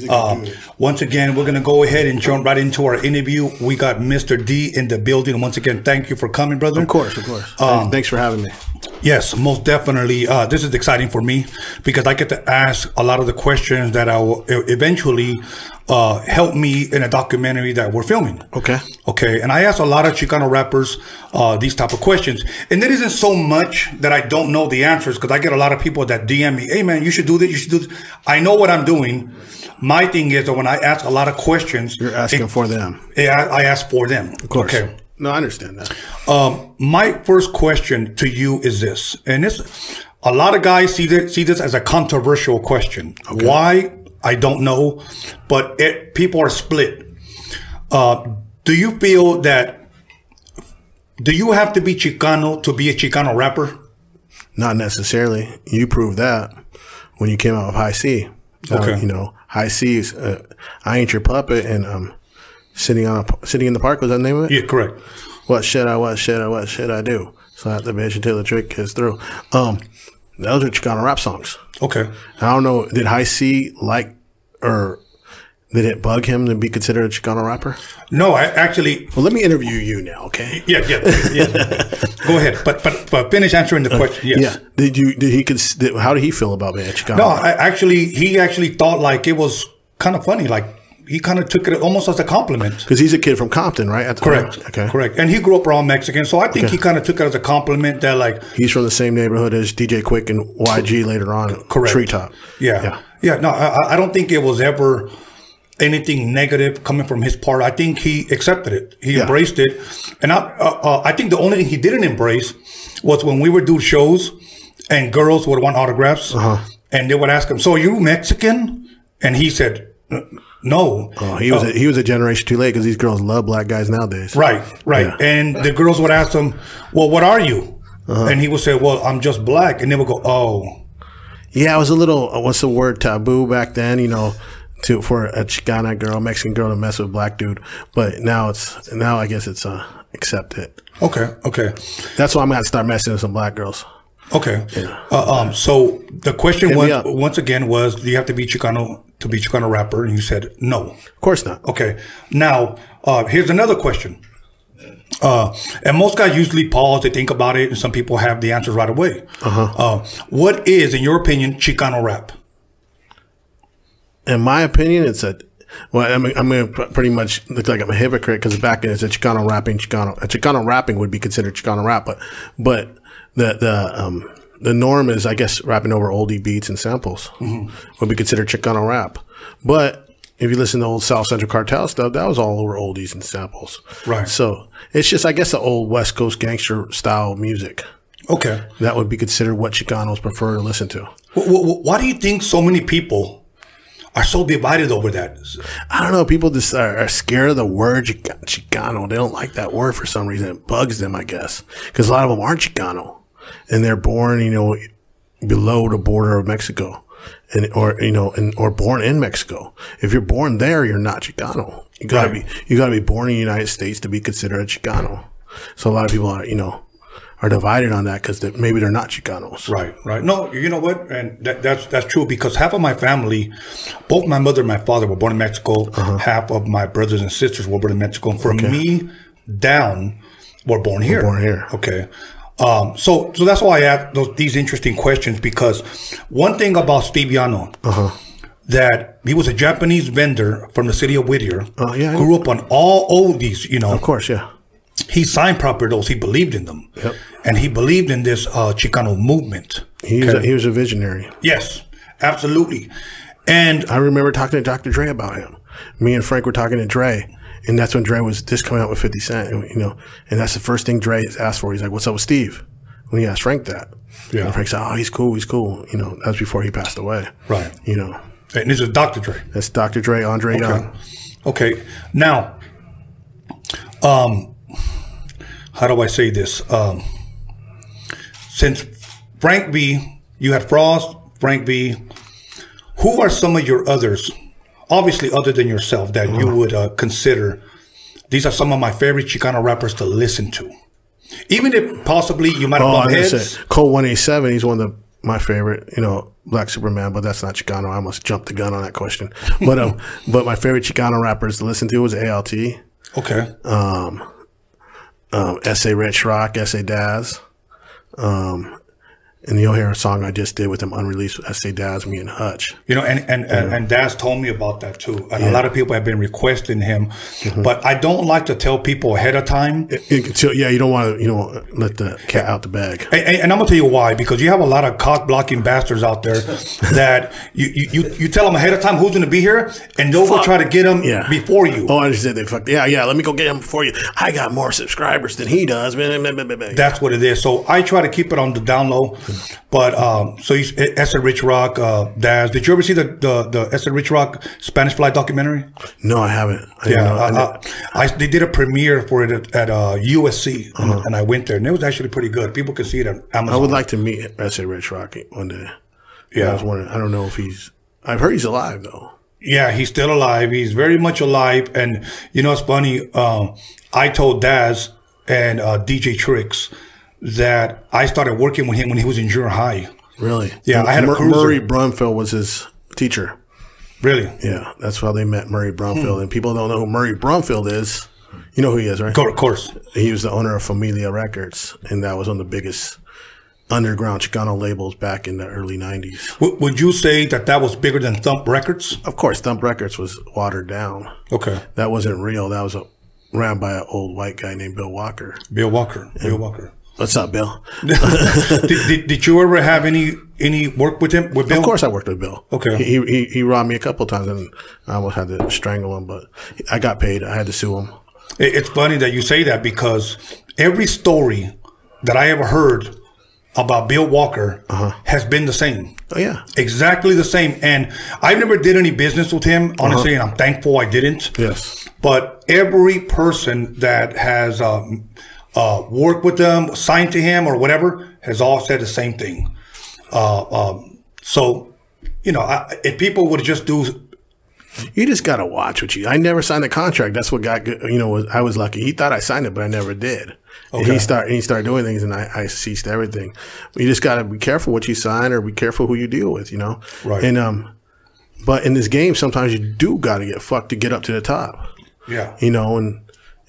Um, once again, we're gonna go ahead and jump right into our interview. We got Mr. D in the building. Once again, thank you for coming, brother.
Of course, of course.
Um,
Thanks for having me.
Yes, most definitely. Uh, this is exciting for me because I get to ask a lot of the questions that I will e- eventually uh, help me in a documentary that we're filming.
Okay.
Okay, and I ask a lot of Chicano rappers uh, these type of questions, and it isn't so much that I don't know the answers because I get a lot of people that DM me, "Hey man, you should do this. You should do this." I know what I'm doing. My thing is that when I ask a lot of questions,
You're asking
it-
for them.
it- I I ask for them. Of
Of course.
Okay.
No, I understand that.
Um, my first question to you is this, and it's a lot of guys see this, see this as a controversial question. Why I don't know, but it, people are split. Uh, do you feel that? Do you have to be Chicano to be a Chicano rapper?
Not necessarily. You proved that when you came out with High C. Now,
Okay.
You know, High C is uh, I ain't your puppet and um, sitting on a, sitting in the park was that the name of it?
Yeah, correct.
What should I? What should I? What should I do? So I have to bitch until the trick is through. Um, those are Chicano rap songs.
Okay.
I don't know. Did High C like or did it bug him to be considered a Chicano rapper?
No, I actually,
Well, let me interview you now, okay?
yeah, yeah, yeah. Go ahead, but but, but finish answering the question. Yes.
Yeah. Did you? Did he? cons- Did, how did he feel about being a Chicano?
No,
rapper?
I actually, he actually thought like it was kind of funny. Like he kind of took it almost as a compliment.
Because he's a kid from Compton, right? At the
Correct.
Okay.
Correct. And he grew up around Mexican, so I think he kind of took it as a compliment that like,
He's from the same neighborhood as DJ Quick and YG later on.
Correct.
Treetop.
yeah, yeah. no, I, I- I don't think it was ever anything negative coming from his part. I think he accepted it. He
Yeah.
embraced it, and I, uh, uh, I think the only thing he didn't embrace was when we would do shows and girls would want autographs,
Uh-huh.
and they would ask him, "So are you Mexican?" And he said, "N- "No." Uh,
Oh, he was a, he was a generation too late because these girls love black guys nowadays.
Right, right.
Yeah.
And the girls would ask him, "Well, what are you?"
Uh-huh.
And he would say, "Well, I'm just black." And they would go, "Oh,
Yeah, it was a little uh, what's the word taboo back then, you know, to for a Chicana girl, Mexican girl to mess with black dude. But now it's now I guess it's uh accepted.
okay, okay,
That's why I'm gonna start messing with some black girls.
okay." Uh, um, so the question
Hit me
was
up.
once again was, "Do you have to be Chicano to be Chicano rapper?" And you said, "No."
Of course not.
Okay. Now, uh, here's another question. Uh, and most guys usually pause, they think about it, and some people have the answers right away.
Uh-huh.
Uh, what is, in your opinion, Chicano rap?
in my opinion, it's a well. I mean, I'm gonna pr- pretty much look like I'm a hypocrite because back in it's a Chicano rapping, Chicano a Chicano rapping would be considered Chicano rap, but but the the um the norm is I guess rapping over oldie beats and samples would be considered Chicano rap, but if you listen to old South Central Cartel stuff, that was all over oldies and samples.
Right.
So it's just I guess the old West Coast gangster style music
Okay.
that would be considered what Chicanos prefer to listen to.
Wh- wh- wh- Why do you think so many people are so divided over that?
I don't know. People just are, are scared of the word Chica- Chicano. They don't like that word for some reason. It bugs them, I guess, because a lot of them are Chicano, and they're born, you know, below the border of Mexico, and or you know, and or born in Mexico. If you're born there, you're not Chicano. You gotta
Right.
be you gotta be born in the United States to be considered a Chicano. So a lot of people are you know are divided on that because maybe they're not Chicanos.
Right, right. No, you know what? And that, that's that's true because half of my family, both my mother and my father were born in Mexico. Half of my brothers and sisters were born in Mexico. And from me down, were born here.
born here.
Okay. Um, so so that's why I ask those, these interesting questions because one thing about Steve Yano. That he was a Japanese vendor from the city of Whittier.
Oh, yeah, I-
Grew up on all oldies, you know
Of course, yeah.
he signed proper those. He believed in them,
Yep.
and he believed in this uh, Chicano movement.
He was, a, he was a visionary.
Yes, absolutely. And uh,
I remember talking to Dr. Dre about him. Me and Frank were talking to Dre, and that's when Dre was just coming out with 50 Cent, and, you know, and that's the first thing Dre asked for. He's like, "What's up with Steve?" When he asked Frank that,
Yeah.
and Frank said, "Oh, he's cool, he's cool." You know, that was before he passed away.
Right.
You know,
and this is Dr. Dre.
that's Dr. Dre, Andre Young.
Okay, now, um, how do I say this? Um, since Frank B, you had Frost, Frank B. Who are some of your others obviously other than yourself that you would uh, consider? These are some of my favorite Chicano rappers to listen to, even if possibly you might have
Oh, I
bumped
was gonna
heads.
say Cole one eighty seven. He's one of the, my favorite, you know, Black Superman, but that's not Chicano. I almost jumped the gun on that question. But um, but my favorite Chicano rappers to listen to was ALT,
Okay,
um, SA Rich Rock, SA Daz, um, and you'll hear a song I just did with him unreleased, with SA Daz, me and Hutch.
you know, and and and, and Daz told me about that too, and a lot of people have been requesting him,
Mm-hmm.
but I don't like to tell people ahead of time.
It- so, yeah, you don't want to, you know, let the cat out the bag.
And, and- and I'm gonna tell you why because you have a lot of cock blocking bastards out there that you, you, you, you tell them ahead of time who's gonna be here and they'll go try to get them
Yeah.
before you.
Oh, I just did. They fucked. Yeah, yeah. Let me go get him before you. I got more subscribers than he does. Blah, blah, blah, blah, blah.
That's what it is. So I try to keep it on the down low,
Mm-hmm.
but um, so he's Essa Rich Rock uh, Daz. Did you ever see the the, the Essa Rich Rock Spanish Fly documentary?
No, I haven't. I didn't
Yeah,
know. I
I, I, I- they did a premiere for it at, at uh, USC, and- and, I went there, and it was actually pretty good. People can see it on Amazon.
I would like to meet S.A. Rich Rocket one day.
Yeah.
I was wondering. I don't know if he's. I've heard he's alive though.
Yeah, he's still alive. He's very much alive. And you know, it's funny. Um, I told Daz and uh, DJ Tricks that I started working with him when he was in junior high.
Really?
Yeah, I had a cruiser.
Murray Brumfield was his teacher.
Really?
Yeah, that's how they met Murray Brumfield. And people don't know who Murray Brumfield is. You know who he is, right?
Of course.
He was the owner of Familia Records, and that was one of the biggest underground Chicano labels back in the early '90s.
W- would you say that that was bigger than Thump Records?
Of course, Thump Records was watered down.
Okay.
That wasn't real. That was a, ran by an old white guy named Bill Walker.
Bill Walker. Bill Walker.
What's up, Bill?
did, did, did you ever have any any work with him? With Bill?
Of course, I worked with Bill.
Okay.
He he, he robbed me a couple times, and I almost had to strangle him, but I got paid. I had to sue him.
It- It's funny that you say that because every story that I ever heard about Bill Walker has been the same.
Oh yeah.
Exactly the same. And I never did any business with him, honestly, and I'm thankful I didn't.
Yes.
But every person that has um, uh, worked with them, signed to him, or whatever, has all said the same thing. Uh, um, so, you know, I, if people would just do,
You just gotta watch what you. I never signed a contract. That's what got good. You know, was, I was lucky. He thought I signed it, but I never did. And
Okay.
he started he started doing things, and I, I ceased everything. You just gotta be careful what you sign, or be careful who you deal with. You know.
Right.
And um, but in this game, sometimes you do gotta get fucked to get up to the top.
yeah,
you know and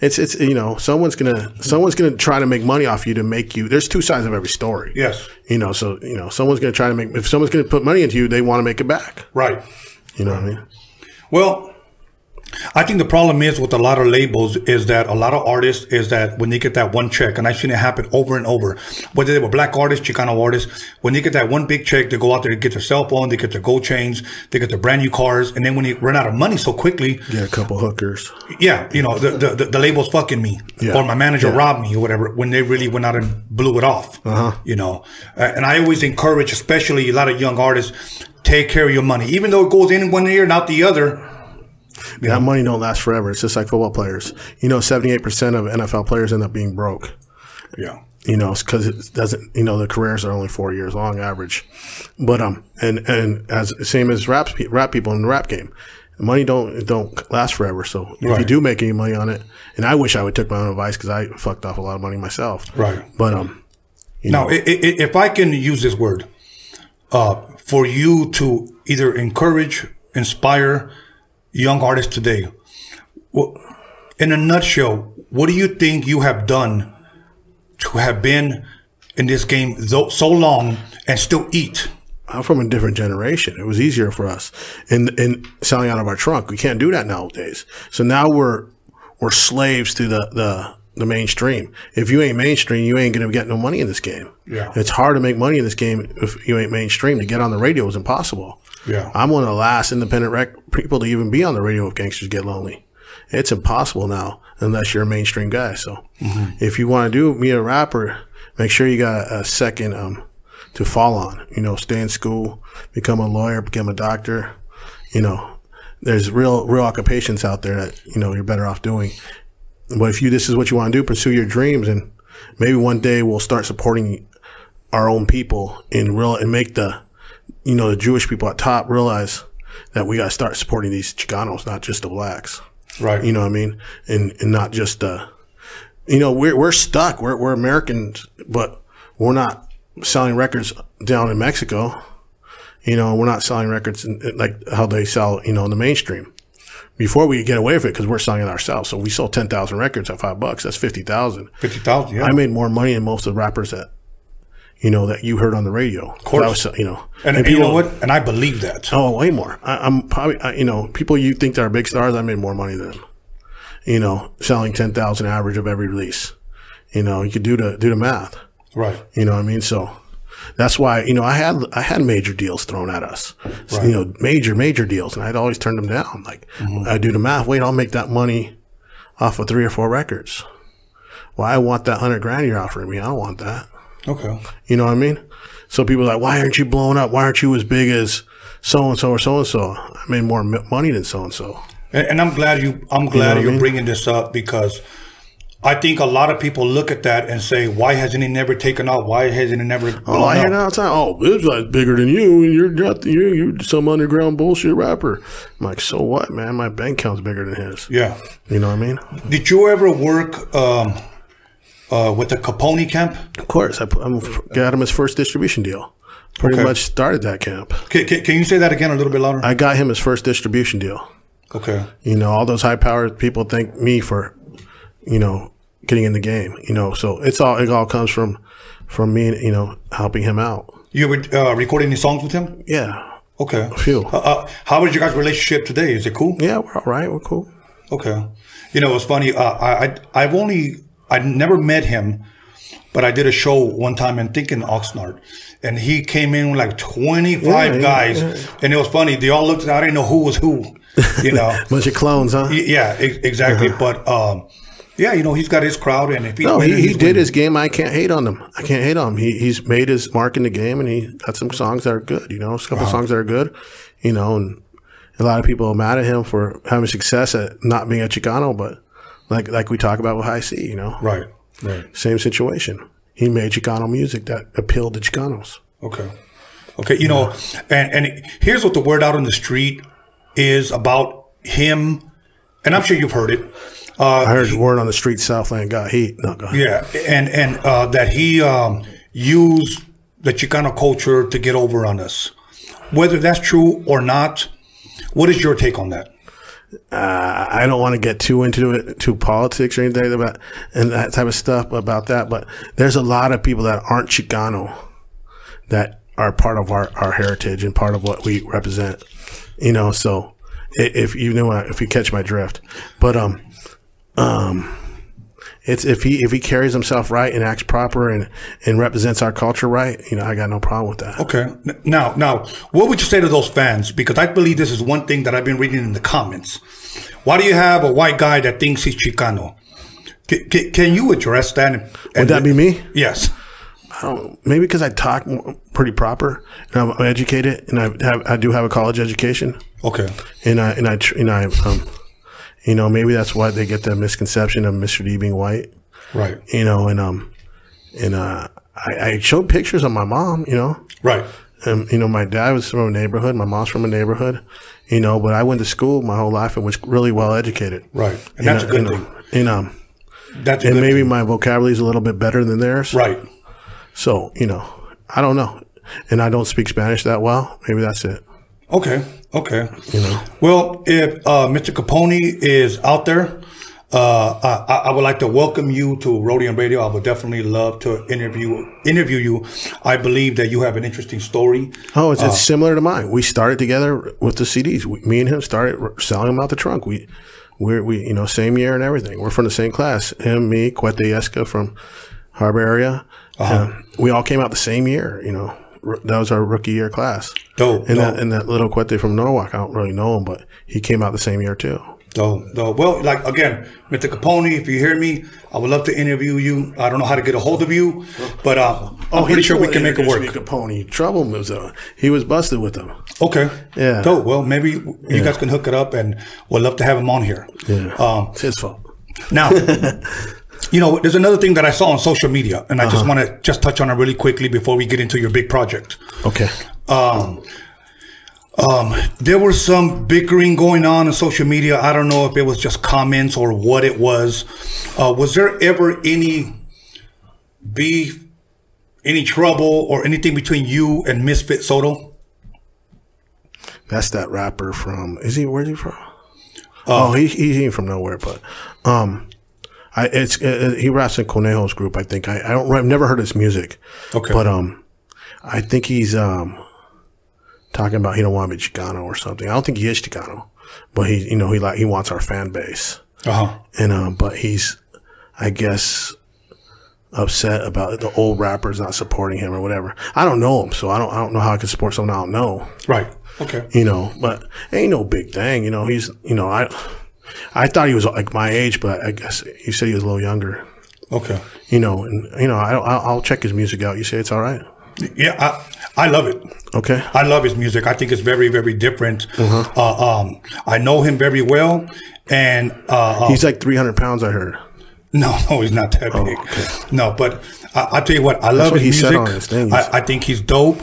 it's it's you know someone's gonna someone's gonna try to make money off you to make you there's two sides of every story
yes,
you know so you know someone's gonna try to make if someone's gonna put money into you they want to make it back
right.
you know what i mean
Well, I think the problem is with a lot of labels is that a lot of artists is that when they get that one check, and I've seen it happen over and over, whether they were black artists, Chicano artists, when they get that one big check, they go out there to get their cell phone, they get their gold chains, they get their brand new cars, and then when they run out of money so quickly,
yeah a couple hookers
yeah, you know, the the, the, the label's fucking me,
Yeah.
or my manager
Yeah. Uh-huh.
robbed me, or whatever. When they really went out and blew it off, you know. Uh, and I always encourage, especially a lot of young artists, take care of your money, even though it goes in one ear and out the other.
that money don't last forever it's just like football players you know 78% of nfl players end up being broke
Yeah.
you know, because it doesn't, you know, the careers are only four years long average. But um, and and as same as rap pe- rap people in the rap game, money don't it don't last forever. So if you
Right.
do make any money on it, and I wish I would took my own advice because I fucked off a lot of money myself.
Right.
But um,
Now, i- i- i- if I can use this word uh, for you to either encourage, inspire young artists today, wh- in a nutshell, what do you think you have done to have been in this game tho- so long and still eat?
I'm from a different generation. It was easier for us in in selling out of our trunk. We can't do that nowadays. So now we're we're slaves to the the the mainstream. If you ain't mainstream, you ain't gonna get no money in this game.
Yeah.
it's hard to make money in this game if you ain't mainstream. To get on the radio is impossible.
Yeah.
I'm one of the last independent rec- people to even be on the radio if gangsters get lonely. It's impossible now unless you're a mainstream guy. So if you want to do be a rapper, make sure you got a second um, to fall on. You know, stay in school, become a lawyer, become a doctor. You know, there's real real occupations out there that you know you're better off doing. But if you this is what you want to do, pursue your dreams, and maybe one day we'll start supporting our own people in real and make the you know the Jewish people at top realize that we got to start supporting these Chicanos, not just the blacks.
Right.
You know what I mean? And and not just uh, you know, we're we're stuck. We're we're Americans, but we're not selling records down in Mexico. You know, we're not selling records in, like how they sell, you know, in the mainstream. Before we get away with it, because we're selling it ourselves. So we sold ten thousand records at five bucks. That's fifty thousand.
fifty thousand. Yeah.
I made more money than most of the rappers that, you know, that you heard on the radio. Of
course.
you know,
and, and you know what? And I believe that.
Oh, way more. I, I'm probably, I, you know, people you think that are big stars, I made more money than them. You know, selling 10,000 average of every release. You know, you could do the, do the math.
Right.
You know what I mean? So that's why, you know, I had, I had major deals thrown at us, So, you know, major, major deals. And I'd always turn them down. Like I do the math. Wait, I'll make that money off of three or four records. Well, I want that hundred grand you're offering me. I don't want that.
Okay.
You know what I mean? So people are like, why aren't you blowing up? Why aren't you as big as so and so or so and so? I made more m- money than so and so.
And, and I'm glad you. I'm glad you
what I
are
mean?
bringing this up because I think a lot of people look at that and say, "Why hasn't he never taken off? Why hasn't he never?"
Oh, I hear that all the time. Oh, this guy's bigger than you, and you're not, you you're some underground bullshit rapper. I'm like, so what, man? My bank account's bigger than his.
Yeah.
You know what I mean?
Did you ever work um, uh, with the Capone camp?
Of course, I put, I'm, got him his first distribution deal. Pretty
Okay.
much started that camp.
Can, can, can you say that again a little bit louder?
I got him his first distribution deal.
okay.
You know, all those high powered people thank me for, you know, getting in the game. You know, so it's all it all comes from from me, you know, helping him out.
You were uh, recording any songs with him?
Yeah.
Okay.
Phew.
Uh, uh, how is your guys' relationship today? Is it cool?
Yeah, we're all right, we're cool.
Okay. You know, it's funny. Uh, I, I I've only I never met him, but I did a show one time in thinking Oxnard, and he came in with like twenty five
Yeah, yeah,
guys,
yeah.
and it was funny. They all looked. at I didn't know who was who. You know.
Bunch of clones, huh?
Y- yeah. e- Exactly. But um, yeah, you know, he's got his crowd, and if he
No,
winning,
he, he
he's
did
winning.
his game. I can't hate on him. I can't hate on him. He, he's made his mark in the game, and he got some songs that are good. You know, a couple songs that are good. You know, and a lot of people are mad at him for having success at not being a Chicano, but like like we talk about with High C. You know,
right. Right.
same situation. He made Chicano music that appealed to Chicanos.
Okay. Okay, you know, and, and here's what the word out on the street is about him, and I'm sure you've heard it. Uh,
I heard word on the street, Southland got heat. No, go ahead.
Yeah, and and uh, that he um, used the Chicano culture to get over on us, whether that's true or not. What is your take on that?
uh, I don't want to get too into it, to politics or anything about and that type of stuff about that. But there's a lot of people that aren't Chicano that are part of our, our heritage and part of what we represent. You know, so i- if you know if you catch my drift, but um, um, it's if he if he carries himself right and acts proper and and represents our culture right, you know, I got no problem with that.
Okay, N- now now, what would you say to those fans? Because I believe this is one thing that I've been reading in the comments. Why do you have a white guy that thinks he's Chicano? C- c- can you address that? And,
Would that be me?
Yes.
don't- Oh, maybe because I talk m- pretty proper and I'm educated and I have I do have a college education
Okay.
and I and I tr- and I um you know maybe that's why they get the misconception of Mr. D being white
Right.
you know and um and uh I, I showed pictures of my mom you know
Right.
um, you know, my dad was from a neighborhood. My mom's from a neighborhood. You know, but I went to school my whole life and was really well educated.
Right. And that's a good
and,
thing.
And um,
That's a
and
good
maybe
thing.
my vocabulary is a little bit better than theirs.
right.
So, you know, I don't know. And I don't speak Spanish that well. Maybe that's it.
Okay. Okay.
You know?
Well, if uh, Mr. Capone is out there, uh, I- I, I would like to welcome you to Rodian Radio. I would definitely love to interview interview you. I believe that you have an interesting story.
Oh, it's, it's similar to mine. We started together with the CDs. We, me and him started r- selling them out the trunk. We, we're, we, you know, same year and everything. We're from the same class. Him, me, Cuete Yesca from Harbor area.
Uh-huh.
Um, we all came out the same year, you know. R- That was our rookie year class.
Dope,
And, uh,
dope.
That, and that little Cuete from Norwalk, I don't really know him, but he came out the same year too.
Though, though, well, like again, Mr. Capone, if you hear me, I would love to interview you. I don't know how to get a hold of you, but uh, I'm pretty sure we can make it work.
Pony. Trouble moves on. He was busted with them.
Okay.
Yeah.
Dope. Well, maybe you guys can hook it up, and we'd love to have him on here.
Yeah.
Um,
it's his fault.
Now, you know, there's another thing that I saw on social media, and I just want to just touch on it really quickly before we get into your big project.
Okay.
Um, Um, there was some bickering going on in social media. I don't know if it was just comments or what it was. Uh, was there ever any beef, any trouble, or anything between you and Misfit Soto?
That's that rapper from. Is he? Where's he from? oh, he, he he ain't from nowhere, but um, I it's uh, he raps in Conejo's group. I think I I don't I've never heard his music,
Okay.
but um, I think he's um talking about he don't want to be Chicano or something. I don't think he is Chicano, but he you know he like he wants our fan base
uh-huh.
and um, but he's, I guess, upset about the old rappers not supporting him or whatever. I don't know him, so I don't I don't know how I can support someone I don't know.
Right. Okay.
You know, but ain't no big thing. You know, he's you know I, I thought he was like my age, but I guess you said he was a little younger.
Okay.
You know, and you know I don't, I'll, I'll check his music out. You say it's all right.
Yeah, I, I love it.
Okay.
I love his music. I think it's very, very different.
Uh-huh.
Uh, um, I know him very well, and uh, uh,
He's like 300 pounds, I heard.
No, no, he's not that big. No, but I, I'll tell you what, I love
Oh, what
his
he said
music.
on his things.
I, I think he's dope.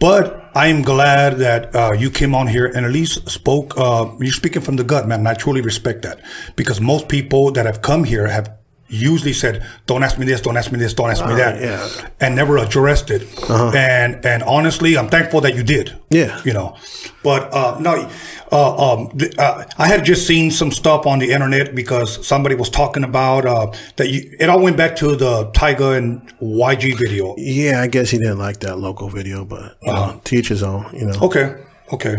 But I am glad that uh, you came on here and at least spoke. Uh, you're speaking from the gut, man. And I truly respect that because most people that have come here have usually said, "Don't ask me this. Don't ask me this. Don't ask me that,"
yeah. Uh-huh.
and never addressed it. And and honestly, I'm thankful that you did.
Yeah.
you know. But uh, no, uh, um, th- uh, I had just seen some stuff on the internet because somebody was talking about uh, that. You, it all went back to the Tiger and YG video.
Yeah, I guess he didn't like that local video, but you know, teach his own. You know.
Oh. Okay, okay.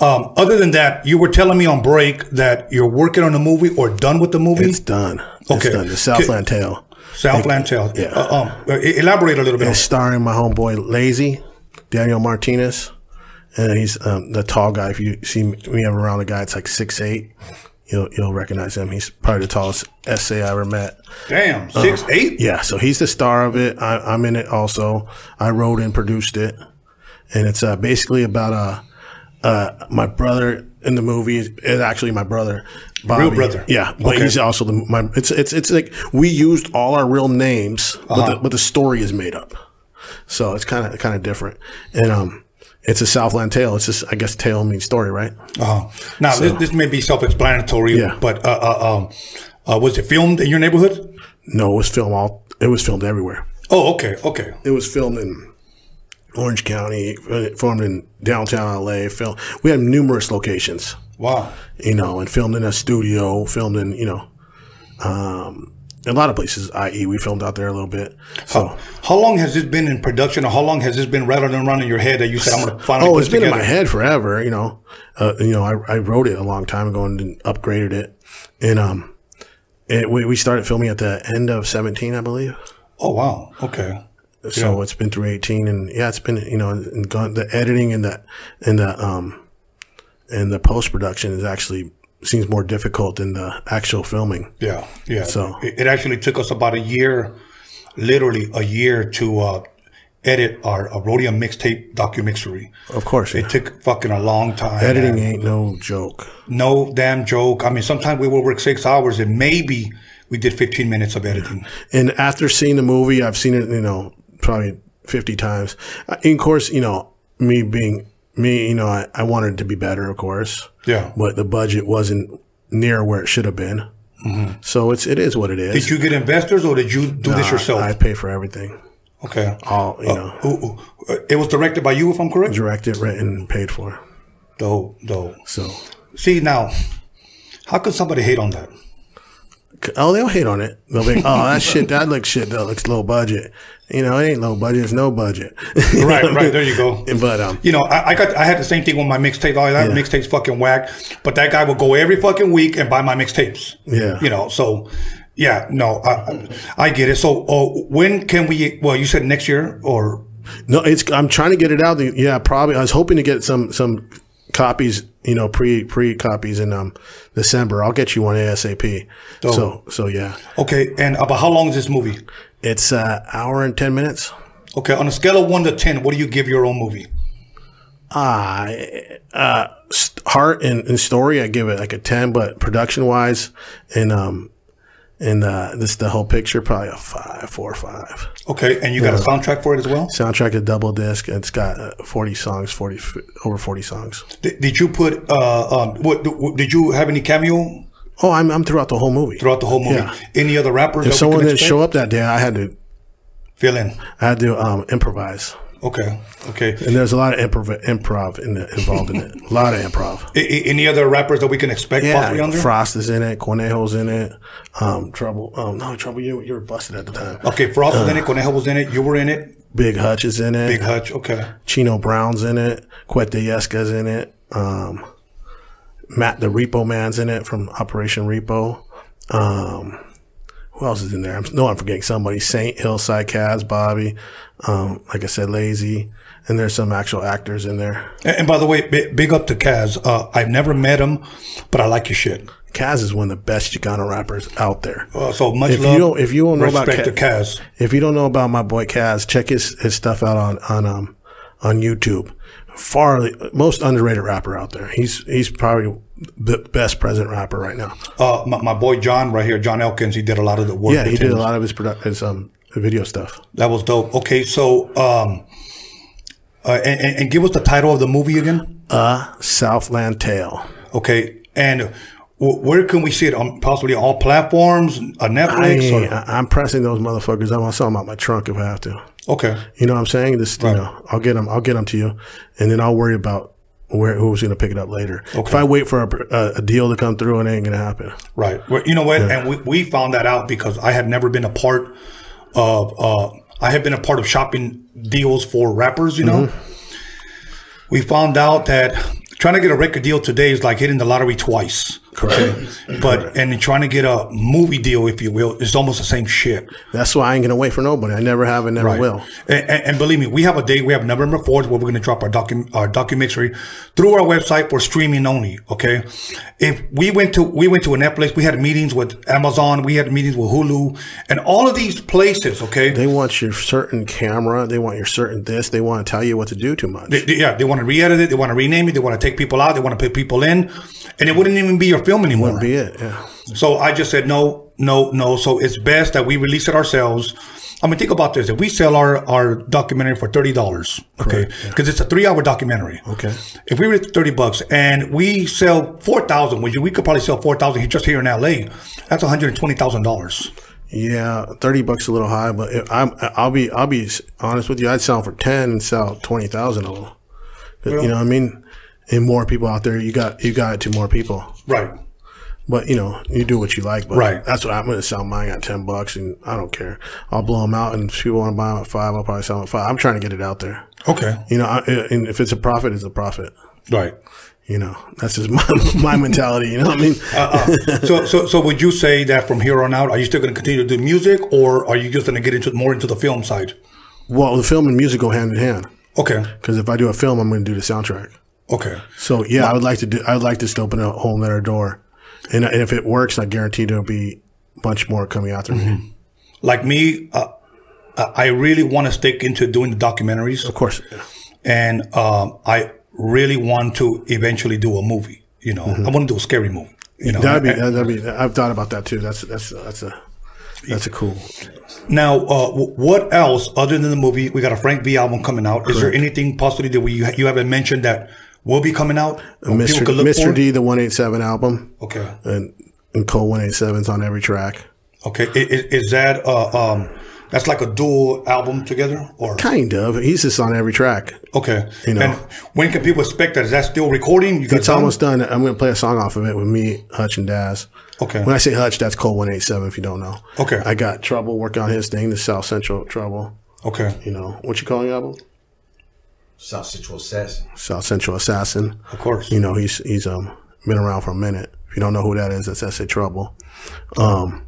Um, other than that, you were telling me on break that you're working on a movie or done with the movie.
It's done.
Okay.
It's done. The Southland Tale.
Southland Tale.
Yeah.
Uh, um, uh, elaborate a little bit.
It's starring my homeboy Lazy, Daniel Martinez, and he's um, the tall guy. If you see me ever around a guy, it's like six eight. You'll you'll recognize him. He's probably the tallest SA I ever met.
Damn,
Uh-huh.
six eight.
Yeah, so he's the star of it. I, I'm in it also. I wrote and produced it, and it's uh, basically about uh, uh, my brother in the movie is is actually my brother, Bobby.
brother.
Yeah, but
Okay.
he's also the my. It's it's it's like we used all our real names,
Uh-huh.
but the, but the story is made up. So it's kind of kind of different, and um, it's a Southland tale. It's just I guess tale means story, right?
Uh-huh. Now this, this may be self-explanatory,
Yeah.
but uh, uh, um, uh, was it filmed in your neighborhood?
No, it was filmed all. It was filmed everywhere.
Oh, okay, okay.
it was filmed in Orange County, filmed in downtown LA. Film. We had numerous locations,
Wow.
you know, and filmed in a studio, filmed in you know, um, a lot of places. I.e., we filmed out there a little bit. So.
Oh. How long has this been in production, or how long has this been rattling around in your head that you said, "I'm going to finally"?
Oh,
put
it's been in
together?
my head forever. You know, uh, you know, I, I wrote it a long time ago and then upgraded it, and um, it, we we started filming at the end of seventeen, I believe.
Oh, wow. Okay.
So it's been through 18 and yeah, it's been, you know, and gone, the editing and the, and the, um, and the post production is actually seems more difficult than the actual filming.
Yeah, yeah.
So-
it, it actually took us about a year, literally a year, to uh, edit our uh, Rhodium mixtape documentary.
Of course.
It took fucking a long time.
editing
man.
ain't no joke.
no damn joke. I mean, sometimes we will work six hours, and maybe we did fifteen minutes of editing.
And after seeing the movie, I've seen it, you know, probably 50 times. Uh, And of course, you know, me being me, you know, I, I wanted it to be better, of course.
Yeah.
But the budget wasn't near where it should have been. So it's, it is what it is.
Mm-hmm. Did you get investors, or did you do this
I-
yourself? Oh,
I pay for everything.
okay. Uh,
All, you know.
Ooh, ooh. Uh, It was directed by you, if I'm correct.
directed, written, and paid for.
Dope, dope.
So,
See now, how could somebody hate on that?
oh, they'll hate on it. They'll be, like, oh, that shit, that looks shit, that looks low budget. You know, it ain't low budget, it's no budget.
Right, right. There you go.
but um,
You know, I, I got I had the same thing with my mixtape. All that mixtape's fucking whack. But that guy would go every fucking week and buy my mixtapes.
Yeah.
You know, so yeah, no, I I- I get it. So uh, when can we? Well, you said next year or
no, it's I'm trying to get it out. Yeah, probably. I was hoping to get some some copies, you know, pre pre copies in um December. I'll get you one ASAP. So so yeah,
okay. And about how long is this movie?
it's uh, hour and ten minutes.
Okay, on a scale of one to ten, what do you give your own movie?
Ah, uh, st- heart and, and story, I give it like a ten. But production wise, and um, and uh, this the whole picture probably a five, four or five.
Okay, and you got a soundtrack for it as well.
Soundtrack a double disc. and It's got uh, forty songs, forty f- over forty songs.
Did, did you put? Uh, um, what, did you have any cameo
Oh, I'm I'm throughout the whole movie.
throughout the whole movie?
Yeah.
Any other rappers?
if
that
someone
we can
didn't
expect?
show up that day, I had to
fill in.
I had to um, improvise,
Okay, okay.
and there's a lot of improv improv in the, involved in it. A lot of improv.
A- a- any other rappers that we can expect possibly on there?
Frost is in it. Cornejo's in it. Um, Trouble. Um, no, Trouble. You you were busted at the time.
okay, Frost was in it. Conejo was in it. You were in it.
Big Hutch is in it.
Big Hutch. Okay.
Chino Brown's in it. Quete Yeska's in it. Um, Matt the Repo Man's in it from Operation Repo. Um, who else is in there? I'm, no, I'm forgetting somebody. Saint Hillside Cavs, Bobby. Um, like I said, Lazy. And there's some actual actors in there.
And, and by the way, bi- big up to Kaz. Uh, I've never met him, but I like your shit.
Kaz is one of the best Chicano rappers out there.
Uh, so much
If
love.
you don't, if you don't know about
respect
Kaz-
to Kaz.
If you don't know about my boy Kaz, check his, his stuff out on on um on YouTube. Far most underrated rapper out there. He's he's probably the best present rapper right now.
Uh, my, my boy John right here, John Elkins. He did a lot of the work.
Yeah, he
with
did a
him.
lot of his produ- his um video stuff.
That was dope. Okay, so um, uh, and, and- and give us the title of the movie again.
Uh, Southland Tale.
Okay, and w- where can we see it? On possibly all platforms, on
I,
Netflix. or-
I, am pressing those motherfuckers. I'm gonna sell 'em out my trunk if I have to.
okay,
You know what I'm saying? This, you know, I'll get them. I'll get them to you, and then I'll worry about where who's going to pick it up later. If I wait for a, a, a deal to come through, it ain't going to happen.
right. Well, you know what? And we, we found that out because I have never been a part of. Uh, I have been a part of shopping deals for rappers. You know,
Mm-hmm.
we found out that trying to get a record deal today is like hitting the lottery twice.
Correct.
But and trying to get a movie deal, if you will, is almost the same shit.
That's why I ain't going to wait for nobody. I never have and never
Right.
will.
And, and, and believe me, we have a date. We have November fourth where we're going to drop our docu our documentary through our website for streaming only. Okay, if we went to we went to a Netflix, we had meetings with Amazon, we had meetings with Hulu, and all of these places. Okay,
They want your certain camera. They want your certain this. They want to tell you what to do too much.
They- they- yeah, they want to re-edit it, they want to rename it, they want to take people out, they want to put people in, and it wouldn't even be your film anymore.
Be it. Yeah.
So I just said no, no, no. So it's best that we release it ourselves. I mean, think about this: if we sell our our documentary for thirty dollars, okay, because it's a three-hour documentary.
Okay.
If we were at thirty bucks and we sell four thousand, which we could probably sell four thousand just here in LA, that's one hundred twenty thousand dollars.
Yeah. Thirty bucks a little high, but if I'm, I'll be I'll be honest with you. I'd sell 'em for ten and sell twenty thousand of them. you know what I mean? And more people out there. You got you got it to more people.
Right.
But you know, you do what you like. But
Right.
that's what I'm going to sell mine at ten bucks, and I don't care. I'll blow them out, and if people want to buy them at five, I'll probably sell them at five. I'm trying to get it out there.
Okay.
You know, I, and if it's a profit, it's a profit.
Right.
You know, that's just my my mentality. You know what I mean?
Uh, so so so would you say that from here on out, are you still going to continue to do music, or are you just going to get into more into the film side?
well, the film and music go hand in hand
Okay.
because if I do a film, I'm going to do the soundtrack.
Okay.
So yeah, I would like to do. I would like this to open a whole another door, and, and if it works, I guarantee there'll be a bunch more coming out there.
Mm-hmm. like me, uh, I I really want to stick into doing the documentaries,
Of course,
and um, I really want to eventually do a movie. You know, I want to do a scary movie. You know,
that'd be
And-
that'd be. I've thought about that too. That's that's that's a that's a cool
now. Uh, w- what else other than the movie? We got a Frank V album coming out. Is there anything possibly that we you, you haven't mentioned that will be coming out? or
Mr.
people could look for?
Mr. D, the 187 album,
Okay,
and, and Cole 187's on every track.
okay. I- i- Is, that uh, um, that's like a dual album together or?
Kind of. He's just on every track.
Okay,
You know.
and when can people expect that? Is that still recording? You got
It's
done?
almost done. I'm going to play a song off of it with me, Hutch, and Daz.
Okay.
When I say Hutch, that's Cole 187, if you don't know.
Okay.
I got Trouble working on his thing, the South Central Trouble.
okay.
You know, what you calling your album?
South Central Assassin.
South Central Assassin.
Of course.
You know, he's he's um been around for a minute. If you don't know who that is, that's SA Trouble. Um,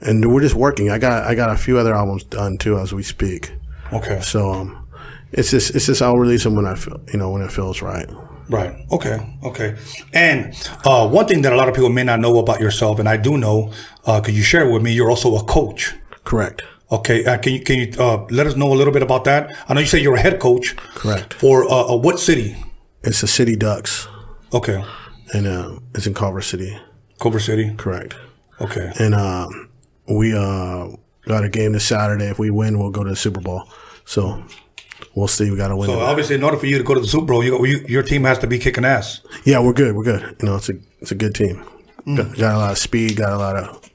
and we're just working. I got I got a few other albums done too as we speak.
Okay.
So um, it's just it's just I'll release them when I feel you know when it feels right.
Right. Okay. Okay. And uh, one thing that a lot of people may not know about yourself, and I do know, because you share with me, you're also a coach.
Correct.
Okay. Uh, can you can you uh, let us know a little bit about that? I know you say you're a head coach.
Correct.
For uh, uh, what city?
It's the City Ducks,
Okay.
and uh, it's in Culver City.
Culver City.
Correct.
Okay.
and um, we uh, got a game this Saturday. If we win, we'll go to the Super Bowl. So we'll see. We got to win.
So obviously, in order for you to go to the Super Bowl, you, you, your team has to be kicking ass.
yeah, we're good. We're good. You know, it's a it's a good team. Got, got a lot of speed. Got a lot of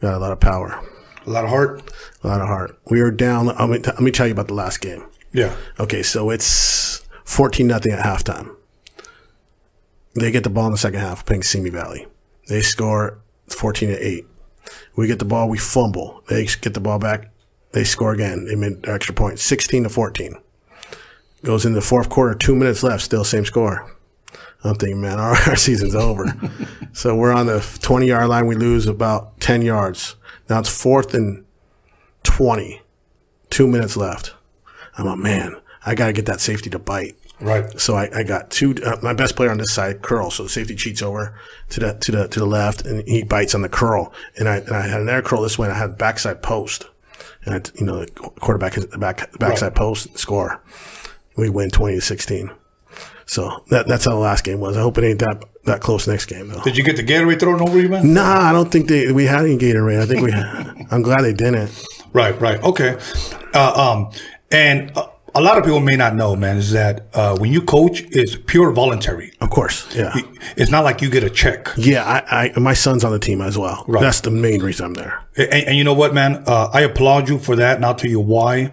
got a lot of power.
A lot of heart.
A lot of heart. We are down. I mean, t- let me tell you about the last game.
Yeah.
Okay, so it's fourteen nothing at halftime. They get the ball in the second half, playing Simi Valley. They score fourteen to eight. We get the ball, we fumble. They get the ball back, they score again. They made their extra point, sixteen to fourteen. Goes in the fourth quarter, two minutes left, still same score. I'm thinking, man, our, our season's over. so we're on the 20 yard line. We lose about 10 yards. Now it's fourth and 20, two minutes left. I'm like, man, I got to get that safety to bite.
Right.
So I, I got two. Uh, my best player on this side curl. So the safety cheats over to the to the to the left, and he bites on the curl. And I and I had an air curl this way. and I had backside post, and I you know the quarterback hit the back backside post score. We win twenty to sixteen. So that that's how the last game was. I hope it ain't that that close next game though.
Did you get the Gatorade thrown over you, man?
Nah, I don't think they we had any Gatorade. I think we. I'm glad they didn't.
Right, right. Okay. Uh, um, and uh, a lot of people may not know, man, is that uh, when you coach, it's pure voluntary.
Of course, yeah.
It's not like you get a check.
Yeah, I, I my son's on the team as well. That's the main reason I'm there.
And, and you know what, man? Uh, I applaud you for that, and I'll tell you why.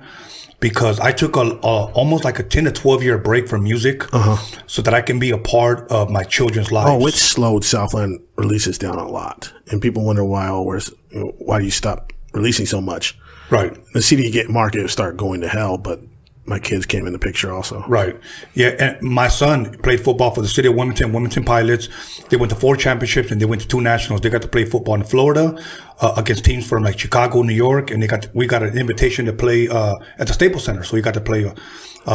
Because I took a, a almost like a ten to twelve year break from music, so that I can be a part of my children's lives.
Oh, it slowed Southland releases down a lot, and people wonder why. Oh, where's you know, why do you stop releasing so much?
right,
The CD get market would start going to hell, but my kids came in the picture also.
right, yeah. And my son played football for the city of Wilmington, Wilmington Pilots. They went to four championships and they went to two nationals. They got to play football in Florida uh, against teams from like Chicago, New York, and they got we got an invitation to play uh, at the Staples Center, so he got to play. A, a,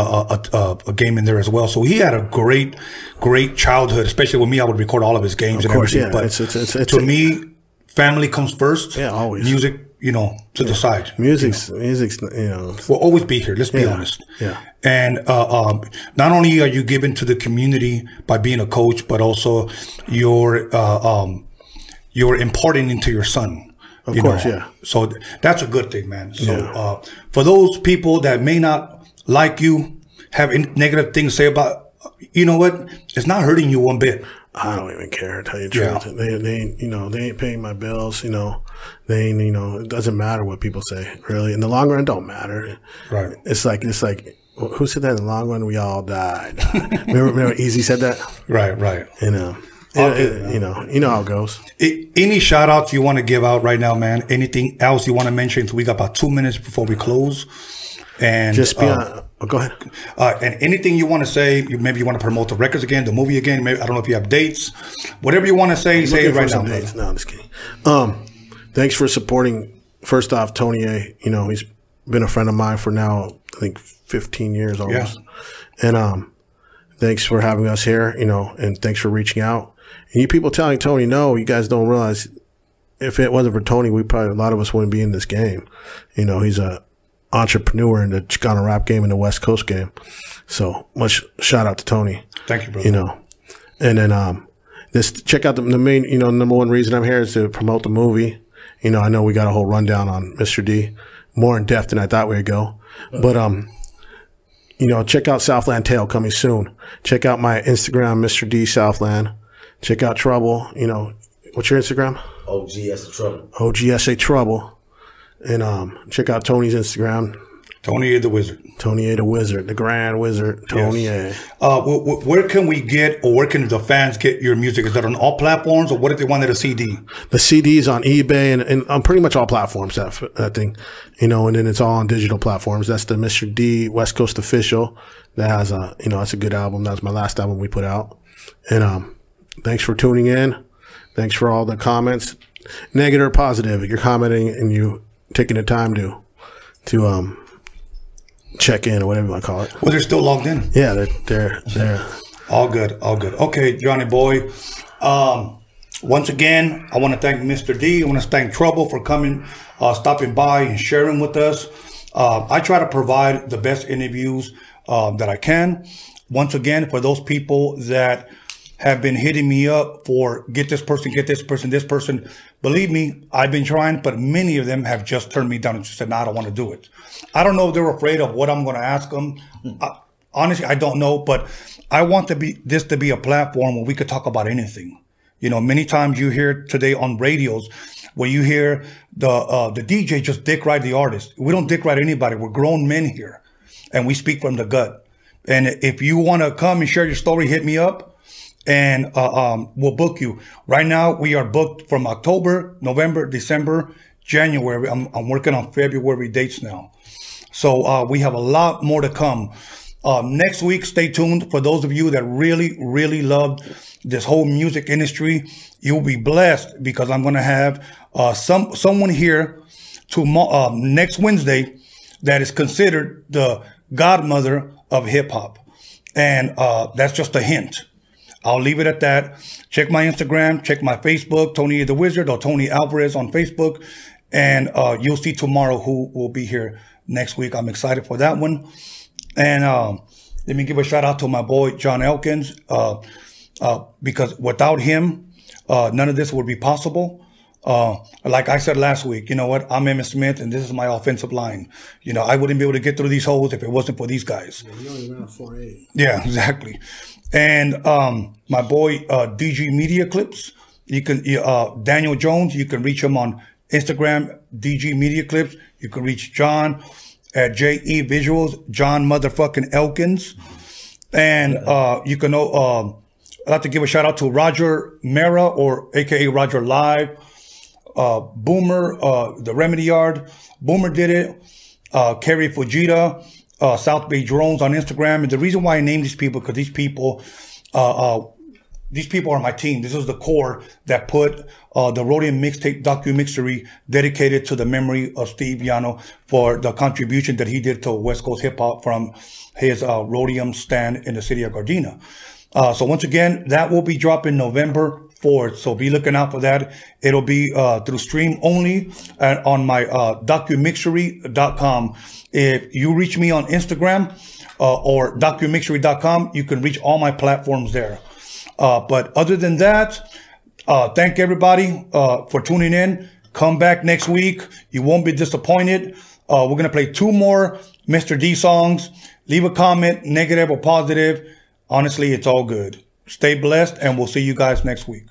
a, a, a game in there as well, so he had a great, great childhood. Especially with me, I would record all of his games.
Of
and
course,
everything,
yeah.
But
It's- it's- it's- it's
to
a-
me, family comes first.
Yeah, always.
Music, you know, to the side.
Music's music's you know
Will always be here. Let's be honest.
yeah.
And uh, um, not only are you given to the community by being a coach, but also you're uh, um, you're imparting into your son. Of
course, yeah.
So th- that's a good thing, man. So uh, for those people that may not like you, have in- negative things to say about, you know what? It's not hurting you one bit.
I don't even care. To tell you the truth,
Yeah.
they they ain't, you know they ain't paying my bills. You know they ain't you know it doesn't matter what people say really. In the long run, it don't matter.
Right.
It's like it's like who said that in the long run we all die. die. remember, remember Easy said that.
Right. Right.
You know.
Okay,
you know, you know how it goes.
I- any shout outs you want to give out right now, man? Anything else you want to mention? We got about two minutes before we close. And
Just be
uh,
on. oh, go ahead.
uh, and anything you want to say, you, maybe you want to promote the records again, the movie again. Maybe I don't know if you have dates, whatever you want to say, say it
Looking for
right now.
some dates. No, I'm just kidding. Um, thanks for supporting. First off, Tony A. You know he's been a friend of mine for now. I think 15 years almost. And um, thanks for having us here. You know, and thanks for reaching out. And you people telling Tony, no, you guys don't realize if it wasn't for Tony, we probably a lot of us wouldn't be in this game. You know, he's a entrepreneur in the Chicano rap game and the West Coast game. So much shout out to Tony.
Thank you, brother.
You know, and then um, this check out the, the main you know number one reason I'm here is to promote the movie. You know, I know we got a whole rundown on Mr. D, more in depth than I thought we'd go, but um, you know, check out Southland Tale coming soon. Check out my Instagram, Mr. D Southland. Check out Trouble. You know, what's your Instagram?
Oh, gee, that's the trouble.
OGSA Trouble. And um, check out Tony's Instagram,
Tony the Wizard.
Tony A the Wizard, the Grand Wizard, Tony A.
Uh, wh- wh- where can we get or where can the fans get your music? Is that on all platforms or what if they wanted a CD?
The CDs on eBay and, and on pretty much all platforms, that, f- that thing, you know, and then it's all on digital platforms. That's the Mr. D West Coast Official. That has a, you know, that's a good album. That was my last album we put out. And um, thanks for tuning in. Thanks for all the comments, negative or positive. You're commenting and you taking the time to, to um, check in or whatever you want to call it.
Well, they're still logged in.
Yeah, they're they're they're
All good, all good. Okay, Johnny Boy. Um, once again, I want to thank Mr. D. I want to thank Trouble for coming, uh, stopping by, and sharing with us. Uh, I try to provide the um, best interviews uh, that I can. Once again, for those people that have been hitting me up for get this person, get this person, this person. Believe me, I've been trying, but many of them have just turned me down and just said, "No, I don't want to do it." I don't know if they're afraid of what I'm going to ask them. I, honestly, I don't know, but I want to be this to be a platform where we could talk about anything. You know, many times you hear today on radios where you hear the uh, the DJ just dick ride the artist. We don't dick ride anybody. We're grown men here, and we speak from the gut. And if you want to come and share your story, hit me up, and uh, um, we'll book you. Right now, we are booked from October, November, December, January. I'm, I'm working on February dates now. So uh, we have a lot more to come. Um, next week, stay tuned. For those of you that really, really loved this whole music industry, you'll be blessed because I'm going to have uh, some someone here tomorrow um, next Wednesday that is considered the godmother of hip hop, and uh, that's just a hint. I'll leave it at that. Check my Instagram, check my Facebook, Tony the Wizard or Tony Alvarez on Facebook, and uh, you'll see tomorrow who will be here next week. I'm excited for that one. And um, let me give a shout out to my boy John Elkins, uh, uh, because without him, uh, none of this would be possible. Uh, like I said last week, you know what? I'm Emmitt Smith, and this is my offensive line. You know, I wouldn't be able to get through these holes if it wasn't for these guys.
You only ran four eight.
Yeah, exactly. And um, my boy uh, DG Media Clips, you can uh, Daniel Jones, you can reach him on Instagram, DG Media Clips. You can reach John at JE Visuals, John motherfucking Elkins, and uh, you can know. um I'd like to give a shout out to Roger Mera or AKA Roger Live, uh, Boomer, uh, the Remedy Yard. Boomer did it. Uh, Kerry Fujita, uh, South Bay Drones on Instagram. And the reason why I name these people because these people, uh, uh, these people are my team. This is the core that put uh, the Rhodium mixtape documixery dedicated to the memory of Steve Yano for the contribution that he did to West Coast hip hop from his uh, Rhodium stand in the city of Gardena. Uh, so once again, that will be dropping November 4th. So be looking out for that. It'll be uh, through stream only uh, on my uh, documixery.com. If you reach me on Instagram uh, or documixery.com, you can reach all my platforms there. Uh, but other than that, uh, thank everybody uh, for tuning in. Come back next week. You won't be disappointed. Uh, we're going to play two more Mr. D songs. Leave a comment, negative or positive. Honestly, it's all good. Stay blessed, and we'll see you guys next week.